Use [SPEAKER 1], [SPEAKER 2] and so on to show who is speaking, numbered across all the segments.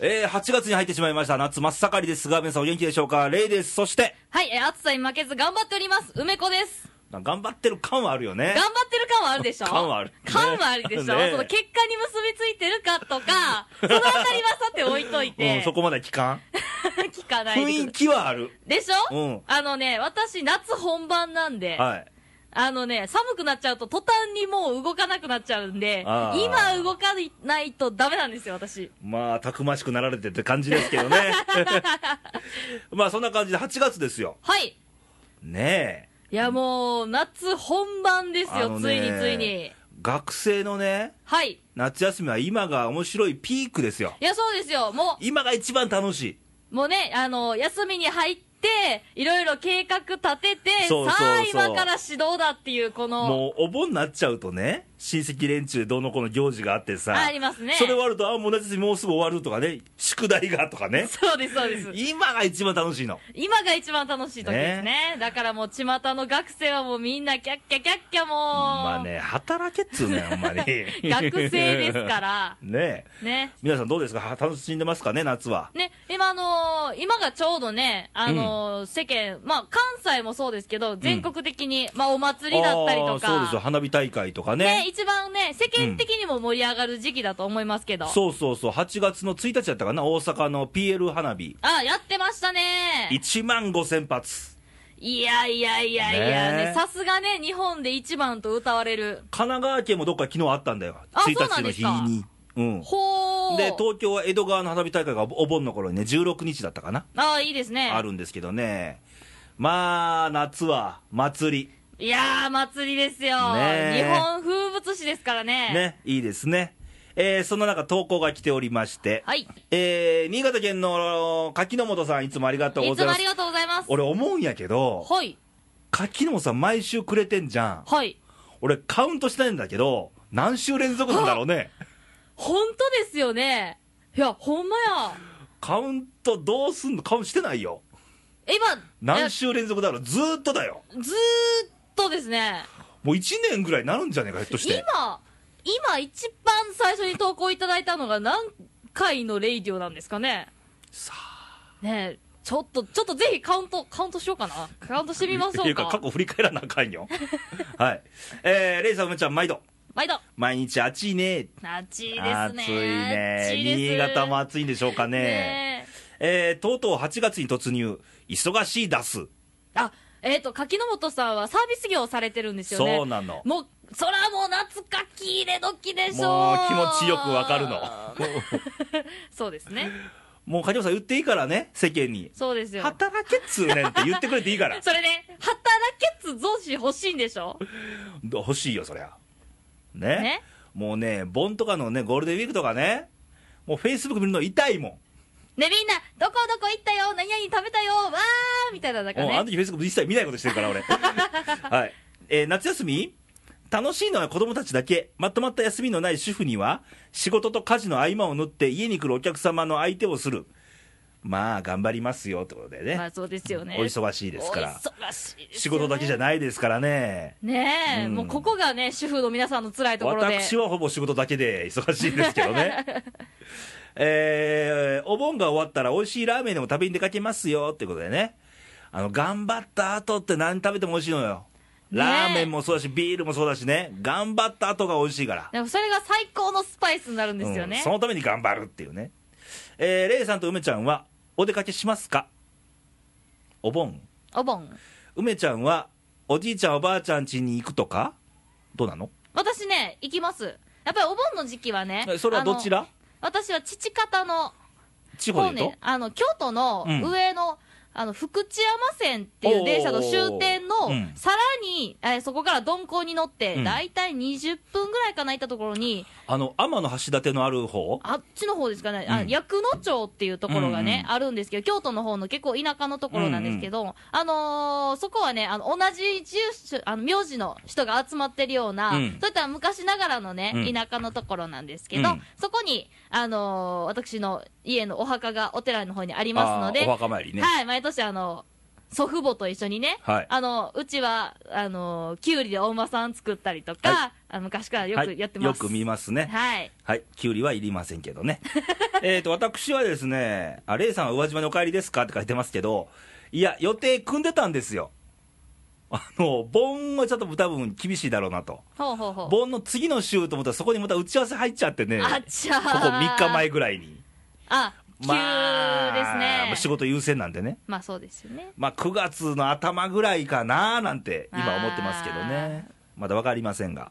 [SPEAKER 1] えー、8月に入ってしまいました。夏真っ盛りですが、皆さんお元気でしょうかレイです。そして、
[SPEAKER 2] はい、えー暑さに負けず頑張っております。梅子です。
[SPEAKER 1] な頑張ってる感はあるよね
[SPEAKER 2] 頑。張ってる感はあるでしょ
[SPEAKER 1] 感はある
[SPEAKER 2] 感はあるでしょ、
[SPEAKER 1] ね
[SPEAKER 2] その結果に結びついてるかとか、そのあたりはさて置いといて、
[SPEAKER 1] うん、そこまで聞かん。
[SPEAKER 2] 聞かないでくだ
[SPEAKER 1] 雰囲気はある。
[SPEAKER 2] でしょ、
[SPEAKER 1] うん
[SPEAKER 2] あのね、私夏本番なんで、
[SPEAKER 1] はい。
[SPEAKER 2] あのね、寒くなっちゃうと途端にもう動かなくなっちゃうんで、
[SPEAKER 1] あー
[SPEAKER 2] 今動かないとダメなんですよ、私。
[SPEAKER 1] まあ、たくましくなられてって感じですけど ね。まあ、そんな感じで8月ですよ。
[SPEAKER 2] はい。
[SPEAKER 1] ねえ。
[SPEAKER 2] いやもう、夏本番ですよ、ついについに。。
[SPEAKER 1] 学生のね、
[SPEAKER 2] はい。
[SPEAKER 1] 夏休みは今が面白いピークですよ。
[SPEAKER 2] いや、そうですよ。もう、
[SPEAKER 1] 今が一番楽しい。
[SPEAKER 2] もうね、あの、休みに入って、いろいろ計画立てて、
[SPEAKER 1] そうそうそう
[SPEAKER 2] さあ今から指導だっていう、この、
[SPEAKER 1] もうお盆になっちゃうとね、親戚連中どうのこうの行事があってさ、
[SPEAKER 2] ありますね
[SPEAKER 1] それ終わると、あもう夏休みもうすぐ終わるとかね、宿題がとかね、
[SPEAKER 2] そうです、そうです。
[SPEAKER 1] 今が一番楽しいの。
[SPEAKER 2] 今が一番楽しい時ですね。だからもう、巷の学生はもうみんな、キャッキャキャッキャもう、
[SPEAKER 1] まあね、働けっつうね、ほんまに。、
[SPEAKER 2] 学生ですか。ら
[SPEAKER 1] ねえ
[SPEAKER 2] ね。
[SPEAKER 1] 皆さんどうですか、は楽しんでますかね、夏は。
[SPEAKER 2] ね、今あのー今がちょうどね、あのー世間、まあ関西もそうですけど、全国的に、まあお祭りだったりと
[SPEAKER 1] あーそうですよ、
[SPEAKER 2] か、
[SPEAKER 1] 花火大会とか
[SPEAKER 2] ね
[SPEAKER 1] ね。
[SPEAKER 2] 一番ね、世間的にも盛り上がる時期だと思いますけど。
[SPEAKER 1] そうそうそう、8月の1日だったかな、大阪の PL 花火、
[SPEAKER 2] あ、やってましたね。
[SPEAKER 1] 1万5000発。
[SPEAKER 2] いやいやいやい
[SPEAKER 1] ね
[SPEAKER 2] や
[SPEAKER 1] え
[SPEAKER 2] ね、さすがね、日本で一番と歌われる。
[SPEAKER 1] 神奈川県もどっか昨日あったんだよ、
[SPEAKER 2] あ
[SPEAKER 1] 1日の日
[SPEAKER 2] そうなんで
[SPEAKER 1] に。うん、
[SPEAKER 2] ほー。
[SPEAKER 1] で東京は江戸川の花火大会がおお盆の頃にね16日だったかな、
[SPEAKER 2] あいいですね。
[SPEAKER 1] あるんですけどねまあ夏は祭
[SPEAKER 2] いやー、祭りですよ。
[SPEAKER 1] ねえ
[SPEAKER 2] 日本風物詩ですから
[SPEAKER 1] り
[SPEAKER 2] ね。
[SPEAKER 1] ねいいですねえーそんな中投稿が来ておりまして、
[SPEAKER 2] はい。
[SPEAKER 1] えー新潟県の柿の本さんいつもありがとうご
[SPEAKER 2] い
[SPEAKER 1] ざ
[SPEAKER 2] つ
[SPEAKER 1] い
[SPEAKER 2] も
[SPEAKER 1] ま
[SPEAKER 2] あ
[SPEAKER 1] す
[SPEAKER 2] りがとうございます。
[SPEAKER 1] 俺思うんやけど
[SPEAKER 2] はい。
[SPEAKER 1] 柿の本さん毎週くれてんじゃん
[SPEAKER 2] はい。
[SPEAKER 1] 俺カウントしてないんだけど何週連続なんだろうね
[SPEAKER 2] 本当ですよね。いや、ほんまや。
[SPEAKER 1] カウントどうすんのカウントしてないよ
[SPEAKER 2] 今、
[SPEAKER 1] 何週連続だろうずーっとだよ
[SPEAKER 2] いやずーっとですね、
[SPEAKER 1] もう1年ぐらいになるんじゃねえかひょっとして
[SPEAKER 2] 今、今一番最初に投稿いただいたのが何回のレイディオなんですかね。
[SPEAKER 1] さ
[SPEAKER 2] あ。ねえ、ちょっと、ちょっとぜひカウント、カウントしようかな。カウントしてみまし
[SPEAKER 1] っ
[SPEAKER 2] ょ
[SPEAKER 1] ていううか過
[SPEAKER 2] か。
[SPEAKER 1] 去振り返らなあかんよ はいえー、レイさん梅ちゃん毎度
[SPEAKER 2] 毎度。
[SPEAKER 1] 毎日暑いね
[SPEAKER 2] 暑いですね。
[SPEAKER 1] 暑いね
[SPEAKER 2] 暑いです
[SPEAKER 1] 新潟も暑いんでしょうかね
[SPEAKER 2] ねえ。
[SPEAKER 1] えー、とうとう8月に突入忙しい出す
[SPEAKER 2] あ、えっ、と、柿の本さんはサービス業をされてるんですよね。
[SPEAKER 1] そうなの
[SPEAKER 2] もう、そらもう夏かき入れ時でしょ
[SPEAKER 1] もう気持ちよくわかるの
[SPEAKER 2] そうですね。
[SPEAKER 1] もう梶本さん言っていいからね世間に
[SPEAKER 2] そうですよ。
[SPEAKER 1] 働けっつうねんって言ってくれていいから
[SPEAKER 2] それね、働けっつ増資欲しいんでしょ
[SPEAKER 1] 欲しいよそりゃね
[SPEAKER 2] ね
[SPEAKER 1] もうね盆とかのねゴールデンウィークとかねもうフェイスブック見るの痛いもん
[SPEAKER 2] ね、みんな、どこどこ行ったよ何々食べたよわーみたいな、なんか
[SPEAKER 1] うんあの
[SPEAKER 2] ね。
[SPEAKER 1] 時フェイスブック一切見ないことしてるから 俺はい、えー夏休み楽しいのは子供たちだけまとまった休みのない主婦には仕事と家事の合間を縫って家に来るお客様の相手をするまあ頑張りますよってことでね、
[SPEAKER 2] まあそうですよね。
[SPEAKER 1] お忙しいですから、
[SPEAKER 2] お忙しいですよね
[SPEAKER 1] 仕事だけじゃないですからね
[SPEAKER 2] ねえ、
[SPEAKER 1] うん
[SPEAKER 2] もうここがね、主婦の皆さんの辛いところで。
[SPEAKER 1] 私はほぼ仕事だけで忙しいんですけどね えーお盆が終わったら美味しいラーメンでも食べに出かけますよってことでねあの頑張った後って何食べても美味しいのよ
[SPEAKER 2] ねえ
[SPEAKER 1] ラーメンもそうだしビールもそうだしね頑張った後が美味しいから
[SPEAKER 2] でもそれが最高のスパイスになるんですよ
[SPEAKER 1] うん
[SPEAKER 2] ね。
[SPEAKER 1] そのために頑張るっていうねえーレイさんと梅ちゃんはお出かけしますかお盆
[SPEAKER 2] お盆。
[SPEAKER 1] 梅ちゃんはおじいちゃんおばあちゃん家に行くとかどうなの
[SPEAKER 2] 私ね、行きます。やっぱりお盆の時期はね。
[SPEAKER 1] えそれはどちら
[SPEAKER 2] あの私は父方の
[SPEAKER 1] 地方
[SPEAKER 2] もう
[SPEAKER 1] で言う
[SPEAKER 2] ね、あの、京都の
[SPEAKER 1] うん
[SPEAKER 2] 上の、あの、福知山線っていう電車の終点の
[SPEAKER 1] おーうん、
[SPEAKER 2] さらに、えーそこから鈍行に乗って、
[SPEAKER 1] うん
[SPEAKER 2] だいたい20分ぐらいかな行ったところに、
[SPEAKER 1] とあの天橋立のある方
[SPEAKER 2] あっちの方ですかね、あ
[SPEAKER 1] うん
[SPEAKER 2] 薬野町っていうところがね、
[SPEAKER 1] うんうん
[SPEAKER 2] あるんですけど、京都の方の結構田舎のところなんですけど、あのーそこはね、あの同じ住所、あの名字の人が集まってるような、
[SPEAKER 1] うん
[SPEAKER 2] そういった昔ながらのね、
[SPEAKER 1] うん
[SPEAKER 2] 田舎のところなんですけど、
[SPEAKER 1] うん
[SPEAKER 2] そこに、あのー私の家のお墓がお寺の方にありますの
[SPEAKER 1] あ
[SPEAKER 2] で
[SPEAKER 1] ーお、墓参りね、
[SPEAKER 2] はい、毎年あの、祖父母と一緒にね、
[SPEAKER 1] はい
[SPEAKER 2] あのうちはあのきゅうりでお馬さん作ったりとか、
[SPEAKER 1] は
[SPEAKER 2] あの昔からよくやってます。
[SPEAKER 1] はい、よく見ますね。
[SPEAKER 2] はい、
[SPEAKER 1] はい、きゅうりはいりませんけど ね。えっと、私はですね、あ、レイさんは宇和島にお帰りですかって書いてますけど、いや、予定組んでたんですよ。あの、盆はちょっと多分厳しいだろうなと。
[SPEAKER 2] ほうほうほう。
[SPEAKER 1] 盆の次の週と思ったらそこにまた打ち合わせ入っちゃってね、こ
[SPEAKER 2] あっちゃー
[SPEAKER 1] こ3日前ぐらいに。
[SPEAKER 2] あ、急ですね。まあ、
[SPEAKER 1] 仕事優先なんでね。
[SPEAKER 2] そうですよね。
[SPEAKER 1] まあ、9月の頭ぐらいかななんて今思ってますけどね、まだ分かりませんが、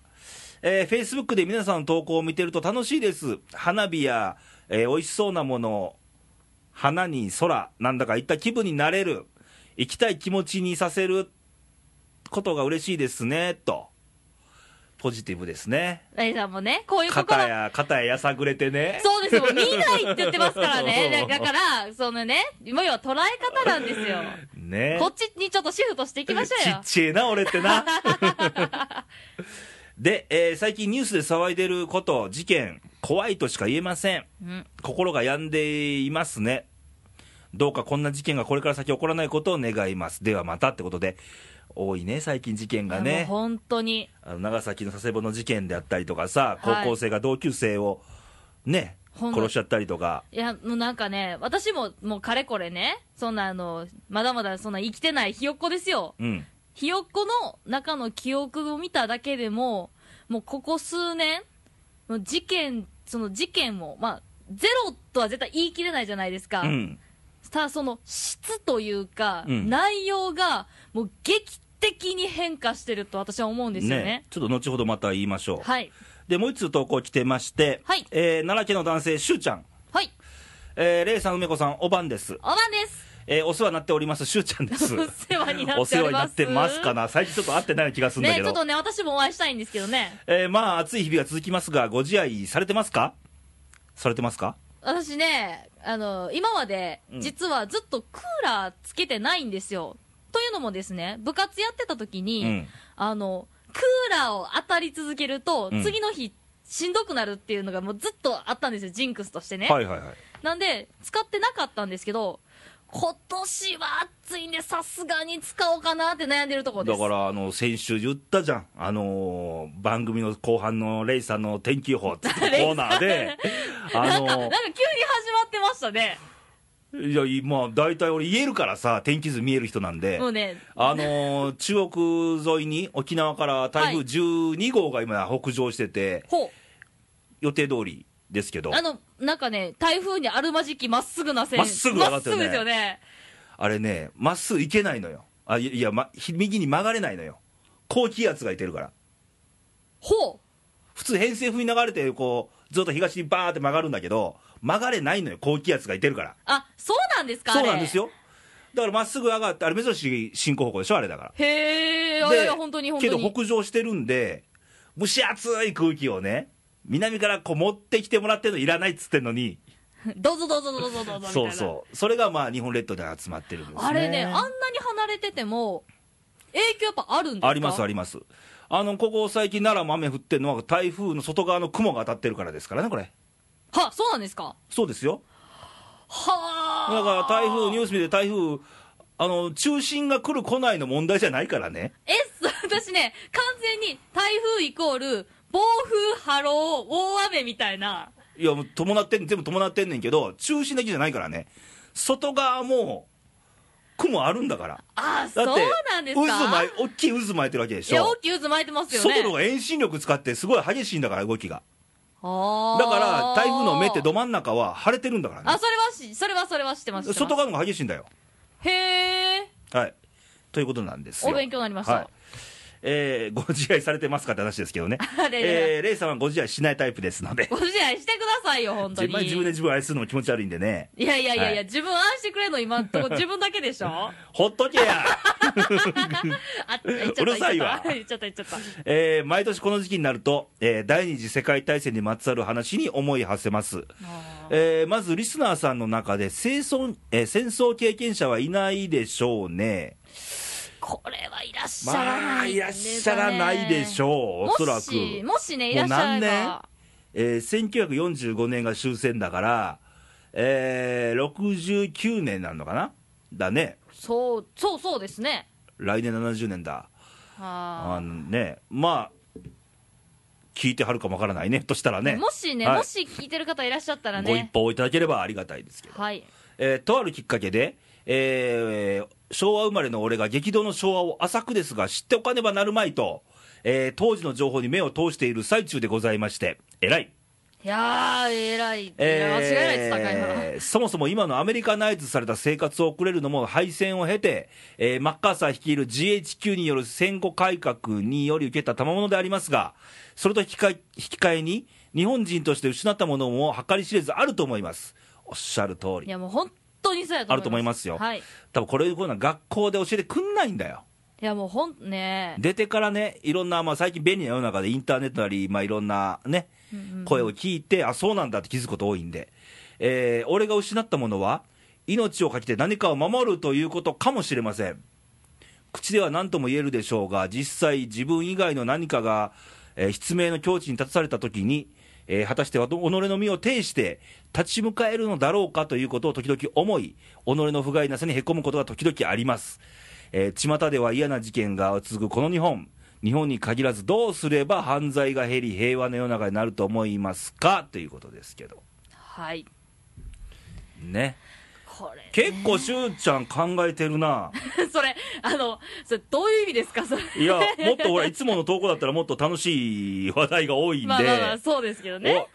[SPEAKER 1] えー、Facebook で皆さんの投稿を見てると楽しいです、花火や、えー、美味しそうなもの、花に空、なんだか行った気分になれる、行きたい気持ちにさせることが嬉しいですねと、ポジティブですね、
[SPEAKER 2] ライさんもね、こういう心
[SPEAKER 1] 肩や肩ややさぐれてね、。
[SPEAKER 2] そうですよ、見ないって言ってますからね だだから、そのね、今要は捉え方なんですよ。
[SPEAKER 1] ね
[SPEAKER 2] こっちにちょっとシフトしていきましょう
[SPEAKER 1] ち
[SPEAKER 2] よ
[SPEAKER 1] っ。ちゃいな、俺って な。で、えー最近ニュースで騒いでること、事件、怖いとしか言えません。
[SPEAKER 2] うん、
[SPEAKER 1] 心が病んでいますね。どうかこんな事件がこれから先起こらないことを願います。ではまたってことで、多いね、最近事件が
[SPEAKER 2] いやもう
[SPEAKER 1] ね。
[SPEAKER 2] 本当に。
[SPEAKER 1] あの長崎の佐世保の事件であったりとかさ、高
[SPEAKER 2] はい
[SPEAKER 1] 校生が同級生をね、
[SPEAKER 2] ほんま
[SPEAKER 1] 殺しちゃったりとか。
[SPEAKER 2] いや、もうなんかね、私ももうかれこれね、そんなあの、まだまだそんな生きてないひよっこですよ。
[SPEAKER 1] うん。
[SPEAKER 2] ひよっこの中の記憶を見ただけでも、もうここ数年、もう事件、その事件を、まあ、ゼロとは絶対言い切れないじゃないですか。
[SPEAKER 1] うん。
[SPEAKER 2] ただその質というか、
[SPEAKER 1] うん
[SPEAKER 2] 内容がもう劇的に変化してると私は思うんですよね。
[SPEAKER 1] ちょっと後ほどまた言いましょう。
[SPEAKER 2] はい。
[SPEAKER 1] で、もう一通投稿来てまして、
[SPEAKER 2] はい
[SPEAKER 1] えー奈良県の男性、しゅうちゃん。
[SPEAKER 2] はい。
[SPEAKER 1] えー、レイさん、梅子さん、おばんです。
[SPEAKER 2] おばんです。
[SPEAKER 1] えーお世話になっております、しゅうちゃんです。
[SPEAKER 2] お世話になっております。
[SPEAKER 1] お世話になってますかな。最近ちょっと会ってない気がするんだ
[SPEAKER 2] ね
[SPEAKER 1] け
[SPEAKER 2] ちょ
[SPEAKER 1] ど。
[SPEAKER 2] っとね、私もお会いしたいんですけどね。
[SPEAKER 1] えーまあ、暑い日々が続きますが、ご自愛されてますかされてますか
[SPEAKER 2] 私ね、あの、今まで
[SPEAKER 1] うん、
[SPEAKER 2] 実はずっとクーラーつけてないんですよ。というのもですね、部活やってた時に、
[SPEAKER 1] うん
[SPEAKER 2] あの、クーラーを当たり続けると、
[SPEAKER 1] うん
[SPEAKER 2] 次の日、しんどくなるっていうのがもうずっとあったんですよ、ジンクスとしてね。
[SPEAKER 1] はいはいはい。
[SPEAKER 2] なんで、使ってなかったんですけど、今年は暑いんで、さすがに使おうかなって悩んでるところで
[SPEAKER 1] だ
[SPEAKER 2] す。
[SPEAKER 1] から、あの、先週言ったじゃん。あのー番組の後半のレイさんの天気予報って コーナーで、あ
[SPEAKER 2] なんか、な
[SPEAKER 1] の
[SPEAKER 2] んか急に始まってましたね。
[SPEAKER 1] ーいや、まあ、大体俺言えるからさ、天気図見える人なんで。
[SPEAKER 2] もうね、
[SPEAKER 1] あのー中国沿いに沖縄から台風12号が今、北上してて、
[SPEAKER 2] ほう。
[SPEAKER 1] 予定通りですけど、
[SPEAKER 2] あの、なんかね、台風にあるまじきまっすぐな線。
[SPEAKER 1] まっすぐ上がったよね
[SPEAKER 2] まっすぐですよね。
[SPEAKER 1] あれね、まっすぐ行けないのよ、あいいや、ま、ひ右に曲がれないのよ、高気圧がいてるから、
[SPEAKER 2] ほ
[SPEAKER 1] 普通、偏西風に流れてこう、ずっと東にバーって曲がるんだけど、曲がれないのよ、高気圧がいてるから、
[SPEAKER 2] う。あ、そうなんですかあ
[SPEAKER 1] そ
[SPEAKER 2] れ
[SPEAKER 1] うなんです。よ、だからまっすぐ上がって、あれ、珍しい進行方向でしょ、あれだから。
[SPEAKER 2] へえ、あ
[SPEAKER 1] で
[SPEAKER 2] いやいや、本当に本
[SPEAKER 1] け
[SPEAKER 2] 当
[SPEAKER 1] ど
[SPEAKER 2] に。
[SPEAKER 1] 北上してるんで、蒸し暑い空気をね、南からこう持ってきてもらってるのいらないっつってんのに。
[SPEAKER 2] どうぞどうぞどうぞどうぞみたいな。
[SPEAKER 1] そうそう、それがまあ日本列島で集まってるんです、ね、
[SPEAKER 2] あれね、あんなに離れてても、影響やっぱあるんですか
[SPEAKER 1] あります、あ
[SPEAKER 2] り
[SPEAKER 1] ります、あのここ最近、奈良も雨降ってるのは、台風の外側の雲が当たってるからですからね、これ、
[SPEAKER 2] は、そうなんですか
[SPEAKER 1] そうですよ、
[SPEAKER 2] はあ。
[SPEAKER 1] だから台風、ニュース見て、台風、あの中心が来る、来ないの問題じゃないからね、
[SPEAKER 2] え、そう私ね、完全に台風イコール、暴風、波浪、大雨みたいな。
[SPEAKER 1] いや、もう伴ってん全部伴ってんねんけど、中心だけじゃないからね、外側も雲あるんだから、
[SPEAKER 2] あ、
[SPEAKER 1] だ
[SPEAKER 2] そう
[SPEAKER 1] って、
[SPEAKER 2] なんです
[SPEAKER 1] 渦
[SPEAKER 2] か
[SPEAKER 1] 巻い大きい渦巻いてるわけで
[SPEAKER 2] い
[SPEAKER 1] し
[SPEAKER 2] や、
[SPEAKER 1] ょ
[SPEAKER 2] 大。きい渦巻いてますよね。
[SPEAKER 1] 外の方が遠心力使ってすごい激しいんだから動きが
[SPEAKER 2] あー
[SPEAKER 1] だから台風の目ってど真ん中は晴れてるんだから
[SPEAKER 2] あ、
[SPEAKER 1] ね
[SPEAKER 2] それはし、それはそれは知ってます。知ってます
[SPEAKER 1] 外側の方が激しいんだよ
[SPEAKER 2] へえ、
[SPEAKER 1] はいということなんですよ
[SPEAKER 2] お勉強になりました。
[SPEAKER 1] はいえーご自愛されてますかって話ですけど ね
[SPEAKER 2] あれれ
[SPEAKER 1] えーレイさんはご自愛しないタイプですので
[SPEAKER 2] ご自愛してくださいよ、本当
[SPEAKER 1] 自
[SPEAKER 2] に。
[SPEAKER 1] 分自分で自分を愛するのも気持ち悪いんでね
[SPEAKER 2] いやいやいやい
[SPEAKER 1] は
[SPEAKER 2] や、
[SPEAKER 1] い
[SPEAKER 2] 自分愛してくれるの今ん とこ自分だけでしょあ、
[SPEAKER 1] ほっとけや、
[SPEAKER 2] 言っちゃった。
[SPEAKER 1] うるさいわ
[SPEAKER 2] 言っちゃった、言っちゃった。言っちゃった
[SPEAKER 1] えー毎年この時期になると、えー第二次世界大戦にまつわる話に思い馳せます
[SPEAKER 2] あー
[SPEAKER 1] えーまずリスナーさんの中で戦争、えー戦争経験者はいないでしょうね、
[SPEAKER 2] これはいらっしゃら
[SPEAKER 1] ま
[SPEAKER 2] な
[SPEAKER 1] あ、
[SPEAKER 2] い、
[SPEAKER 1] いらっしゃらないでしょう、おそらく、
[SPEAKER 2] もし、もしね、いらっしゃれば。
[SPEAKER 1] えー1945年が終戦だから、えー69年なのかな、だね、
[SPEAKER 2] そう、そうそうですね。
[SPEAKER 1] 来年70年だ、あの
[SPEAKER 2] は
[SPEAKER 1] ね、まあ、聞いてはるかもわからないね、としたら
[SPEAKER 2] あ、
[SPEAKER 1] ね、
[SPEAKER 2] もしね、
[SPEAKER 1] はい
[SPEAKER 2] もし聞いてる方いらっしゃったら
[SPEAKER 1] ご一
[SPEAKER 2] ね。
[SPEAKER 1] 報いただければありがたいですけど、
[SPEAKER 2] はい。
[SPEAKER 1] えーとあるきっかけで、えー昭和生まれの俺が激動の昭和を浅くですが、知っておかねばなるまいと、えー当時の情報に目を通している最中でございまして、偉い。
[SPEAKER 2] いやー、偉い。いや、
[SPEAKER 1] えー
[SPEAKER 2] 間違いないです、高山。
[SPEAKER 1] そもそも今のアメリカナイズされた生活を送れるのも敗戦を経て、えーマッカーサー率いる GHQ による戦後改革により受けた賜物でありますが、それと引き換え引き換えに、日本人として失ったものも計り知れずあると思います。おっしゃる通
[SPEAKER 2] い
[SPEAKER 1] り。
[SPEAKER 2] や、もう本当にそうやと思います。
[SPEAKER 1] あると思いますよ
[SPEAKER 2] はい。い
[SPEAKER 1] 多分これ、こういうのは学校で教えてくんないんだよ。
[SPEAKER 2] や、もうほん、ね
[SPEAKER 1] 出てからね、いろんな、まあ、最近便利な世の中でインターネットなり、まあ、いろんなね、声を聞いて、あ、そうなんだって気づくこと多いんで、えー俺が失ったものは、命をかけて何かを守るということかもしれません。口では何とも言えるでしょうが、実際、自分以外の何かが、えー失明の境地に立たされたときに、えー果たしては己の身を挺して、立ち向かえるのだろうかということを時々思い、己の不甲斐なさにへこむことが時々あります。えー巷では嫌な事件が続くこの日本、日本に限らず、どうすれば犯罪が減り、平和の世の中になると思いますかということですけど、
[SPEAKER 2] はい。
[SPEAKER 1] ね、
[SPEAKER 2] これ。
[SPEAKER 1] 結構、しゅうちゃん、考えてるな。
[SPEAKER 2] それ、あの、それ、どういう意味ですか、それ。
[SPEAKER 1] いや、もっとほら、いつもの投稿だったらもっと楽しい話題が多いんで、
[SPEAKER 2] まあまあまあ、そうですけどね
[SPEAKER 1] お。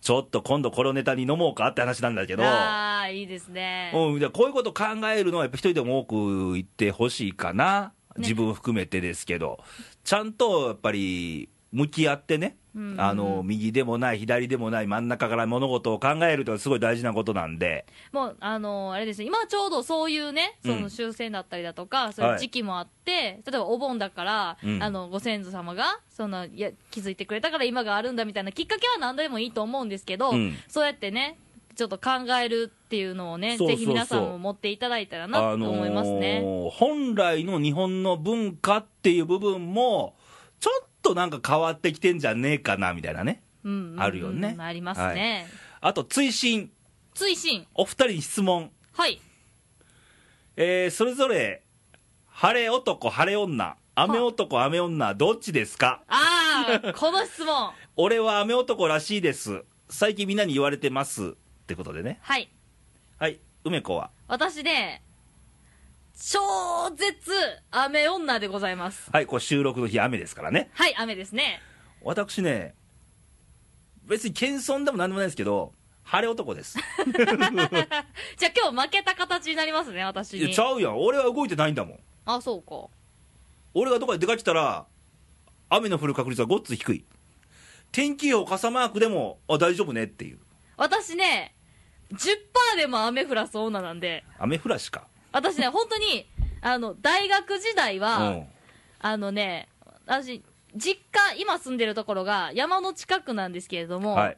[SPEAKER 1] ちょっと今度これをネタに飲もうかって話なんだけど、
[SPEAKER 2] ああ、いいですね。
[SPEAKER 1] うん、じゃあこういうこと考えるのはやっぱ一人でも多く言ってほしいかな、
[SPEAKER 2] ね
[SPEAKER 1] 自分含めてですけど、ちゃんとやっぱり向き合ってね、
[SPEAKER 2] うん
[SPEAKER 1] あの右でもない、左でもない、真ん中から物事を考えるというのはすごい大事なことなんで、
[SPEAKER 2] もう、あのあれですね、今ちょうどそういうね、そ
[SPEAKER 1] うん
[SPEAKER 2] の終戦だったりだとか、そういう時期もあって、例えばお盆だから、
[SPEAKER 1] うん
[SPEAKER 2] あの、ご先祖様が、その、いや、気づいてくれたから今があるんだみたいなきっかけは何でもいいと思うんですけど、
[SPEAKER 1] うん
[SPEAKER 2] そうやってね、ちょっと考えるっていうのをね、
[SPEAKER 1] そうそうそう
[SPEAKER 2] ぜひ皆さんも持っていただいたらなと思いますね。
[SPEAKER 1] あのー本来の日本の文化っていう部分も、ちょっとなんか変わってきてんじゃねえかなみたいなね、
[SPEAKER 2] うんうんうん
[SPEAKER 1] あるよね
[SPEAKER 2] ありますね。
[SPEAKER 1] あと追伸、
[SPEAKER 2] 追伸。
[SPEAKER 1] お二人に質問、
[SPEAKER 2] はい。
[SPEAKER 1] えーそれぞれ、晴れ男、晴れ女、雨男、雨女、どっちですか
[SPEAKER 2] ああ、この質問。
[SPEAKER 1] 俺は雨男らしいです、最近みんなに言われてますってことでね、
[SPEAKER 2] はい。
[SPEAKER 1] はい、梅子は、
[SPEAKER 2] 私ね、超絶雨女でございます。
[SPEAKER 1] はい、これ収録の日、雨ですからね、
[SPEAKER 2] はい、雨ですね。
[SPEAKER 1] 私ね、別に謙遜でもなんでもないですけど、晴れ男です。
[SPEAKER 2] じゃあ今日負けた形になりますね、私
[SPEAKER 1] いや
[SPEAKER 2] に
[SPEAKER 1] ち。ゃうやん俺は動いてないんだもん
[SPEAKER 2] あ、そうか。
[SPEAKER 1] 俺がどこかで出かけたら雨の降る確率はごっつ低い天気予報傘マークでもあ大丈夫ねっていう
[SPEAKER 2] 私ね、10%でも雨降らす女なんで、
[SPEAKER 1] 雨降らしか
[SPEAKER 2] 私ね、本当に、あの、大学時代は、
[SPEAKER 1] うん
[SPEAKER 2] あのね、私、実家、今住んでるところが山の近くなんですけれども、
[SPEAKER 1] はい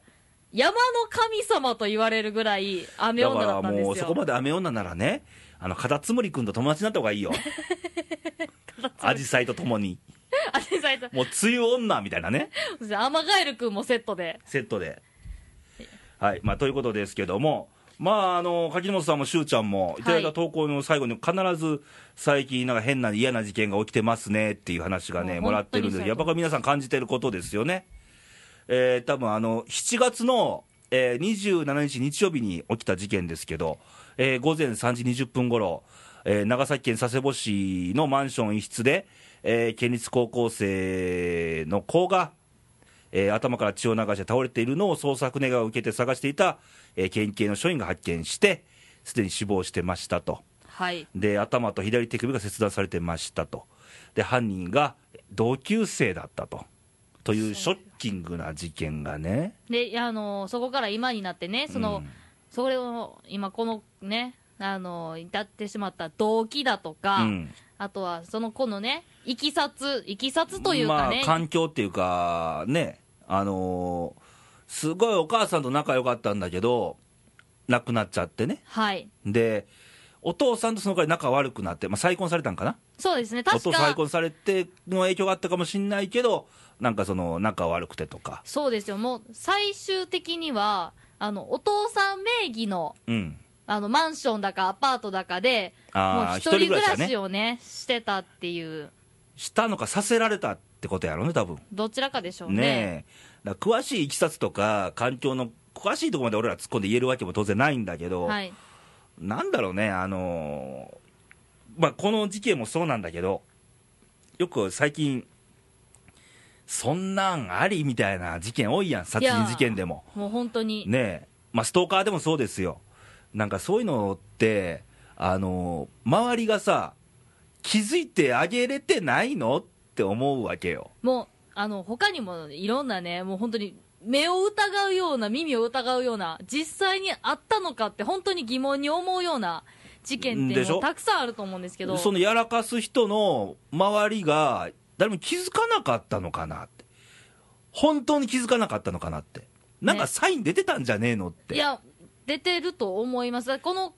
[SPEAKER 2] 山の神様と言われるぐらい雨
[SPEAKER 1] だか
[SPEAKER 2] 女だ
[SPEAKER 1] ら
[SPEAKER 2] ったんです
[SPEAKER 1] も
[SPEAKER 2] よ。
[SPEAKER 1] うそこまで雨女ならねあのカタツムリ君と友達になった方が いいよアジサイとともに
[SPEAKER 2] あれされた
[SPEAKER 1] もう梅雨女みたいなね
[SPEAKER 2] アマガエル君もセットで。
[SPEAKER 1] セットではいまあということですけどもまあ、あの柿本さんもしゅうちゃんもいただいた投稿の最後に必ず最近なんか変な嫌な事件が起きてますねっていう話がね
[SPEAKER 2] も
[SPEAKER 1] も
[SPEAKER 2] う
[SPEAKER 1] らってるん
[SPEAKER 2] 本当にそ
[SPEAKER 1] で
[SPEAKER 2] うや
[SPEAKER 1] やっ
[SPEAKER 2] と
[SPEAKER 1] ぱ
[SPEAKER 2] 思
[SPEAKER 1] り皆さん感じてることですよねえー、多分あの7月の、えー27日日曜日に起きた事件ですけど、えー午前3時20分ごろ、えー長崎県佐世保市のマンション一室で、えー県立高校生の子が、えー頭から血を流して倒れているのを捜索願を受けて探していた、えー県警の署員が発見して、すでに死亡してましたと。
[SPEAKER 2] はい。
[SPEAKER 1] で頭と左手首が切断されてましたとで犯人が同級生だったとというショッキングな事件がね
[SPEAKER 2] で、あのそこから今になってね、その、
[SPEAKER 1] うん
[SPEAKER 2] それを今このね、あの至ってしまった動機だとか、
[SPEAKER 1] うん
[SPEAKER 2] あとはその子のね、いきさつ、いきさつというかね
[SPEAKER 1] まあ、、環境っていうかねあのーすごいお母さんと仲良かったんだけど亡くなっちゃってね
[SPEAKER 2] はい。
[SPEAKER 1] でお父さんとそのから仲悪くなって、まあ、再婚されたんかな
[SPEAKER 2] そうですね、
[SPEAKER 1] お
[SPEAKER 2] 確
[SPEAKER 1] 父さん再
[SPEAKER 2] か、
[SPEAKER 1] 婚されての影響があったかもしれないけどなんかその仲悪くてとか
[SPEAKER 2] そうですよ、もう最終的には、あの、お父さん名義の
[SPEAKER 1] うん
[SPEAKER 2] あのマンションだかアパートだかで、もう
[SPEAKER 1] ああ、
[SPEAKER 2] 一
[SPEAKER 1] 一
[SPEAKER 2] 人
[SPEAKER 1] 人暮
[SPEAKER 2] 暮
[SPEAKER 1] らし
[SPEAKER 2] ら
[SPEAKER 1] だ
[SPEAKER 2] し
[SPEAKER 1] ね。
[SPEAKER 2] をね、してたっていう、
[SPEAKER 1] したのか、させられたってことやろね、多分
[SPEAKER 2] どちらかでしょうね。
[SPEAKER 1] ねえ、だから詳しいいきさつとか、環境の詳しいところまで俺ら突っ込んで言えるわけも当然ないんだけど、
[SPEAKER 2] はい、
[SPEAKER 1] なんだろうね、あのーまあ、この事件もそうなんだけど、よく最近、そんなんありみたいな事件多いやん、殺人事件でも。
[SPEAKER 2] もう本当に、
[SPEAKER 1] ねえ、まあ、ストーカーでもそうですよ、なんかそういうのって、あのー周りがさ、気づいてあげれてないのって思うわけよ。
[SPEAKER 2] もう、あの他にもいろんなね、もう本当に目を疑うような、耳を疑うような、実際にあったのかって、本当に疑問に思うような事件って
[SPEAKER 1] でし
[SPEAKER 2] も
[SPEAKER 1] ょ
[SPEAKER 2] うたくさんあると思うんですけど、
[SPEAKER 1] そのやらかす人の周りが誰も気づかなかったのかなって本当に気づかなかったのかなってなんか
[SPEAKER 2] ね
[SPEAKER 1] サイン出てたんじゃねえのって、
[SPEAKER 2] いや、出てると思います、だからこの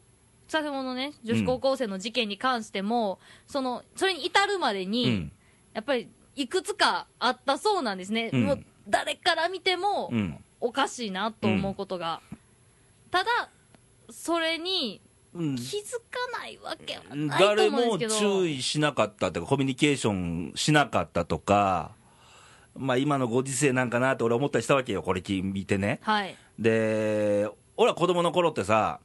[SPEAKER 2] 先ほどのね、女子高校生の事件に関しても、そのそれに至るまで
[SPEAKER 1] う
[SPEAKER 2] に、
[SPEAKER 1] ん
[SPEAKER 2] やっぱりいくつかあったそうなんですね、
[SPEAKER 1] うん
[SPEAKER 2] もう誰から見ても
[SPEAKER 1] うん
[SPEAKER 2] おかしいなと思うことが、ただ、それに
[SPEAKER 1] うん
[SPEAKER 2] 気づかないわけはないと
[SPEAKER 1] 誰
[SPEAKER 2] 思うん
[SPEAKER 1] も
[SPEAKER 2] ですけど、
[SPEAKER 1] 注意しなかったとかコミュニケーションしなかったとかまあ今のご時世なんかなって俺思ったりしたわけよこれ聞いてね
[SPEAKER 2] はい、
[SPEAKER 1] で俺は子供の頃ってさ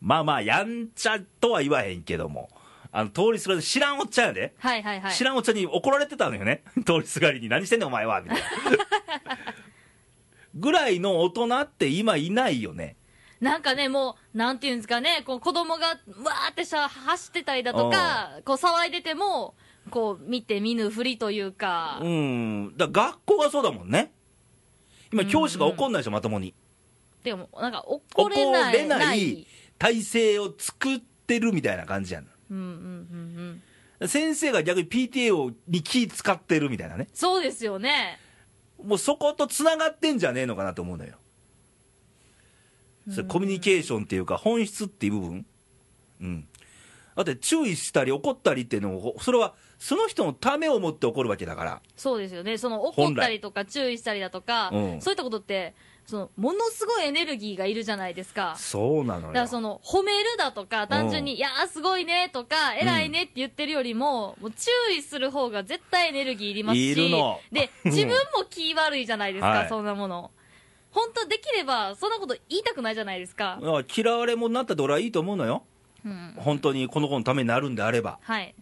[SPEAKER 1] まあまあやんちゃとは言わへんけどもあの通りすがり知らんおっちゃんやで
[SPEAKER 2] はいはいはい、
[SPEAKER 1] 知らんおっちゃんに怒られてたのよね、 通りすがりに、何してんねん、お前はみたい な。ぐらいの大人って今いないよね。
[SPEAKER 2] なんかね、もう、なんていうんですかね、こう子供がわーってしゃ走ってたりだとか、こう騒いでても、こう見て見ぬふりというか、
[SPEAKER 1] うん、だから学校がそうだもんね。今、教師が怒んないでしょ、まともに。
[SPEAKER 2] でも、なんか怒れない、
[SPEAKER 1] 怒れない体制を作ってるみたいな感じやん。
[SPEAKER 2] うんうんうんうん、
[SPEAKER 1] 先生が逆に PTA をに気使ってるみたいなね。
[SPEAKER 2] そうですよね。
[SPEAKER 1] もうそことつながってんじゃねえのかなと思うのよ。それコミュニケーションっていうか、本質っていう部分、うん、だって注意したり怒ったりっていうのも、それはその人のためを思って怒るわけだから、
[SPEAKER 2] そうですよね、その怒ったりとか注意したりだとか、
[SPEAKER 1] うん
[SPEAKER 2] そういったことってその、ものすごいエネルギーがいるじゃないですか、
[SPEAKER 1] そうなの
[SPEAKER 2] だ
[SPEAKER 1] よ、
[SPEAKER 2] からその褒めるだとか、単純に、いやー、すごいねとか、偉いねって言ってるよりも、もう注意する方が絶対エネルギーいりますし、
[SPEAKER 1] いるの
[SPEAKER 2] で自分も気悪いじゃないですか、
[SPEAKER 1] はい
[SPEAKER 2] そんなもの。本当できれば、そんなこと言いたくないじゃないですか。
[SPEAKER 1] だから嫌われ者になったって俺はいいと思うのよ、
[SPEAKER 2] うん、
[SPEAKER 1] 本当にこの子のためになるんであれば、
[SPEAKER 2] はい、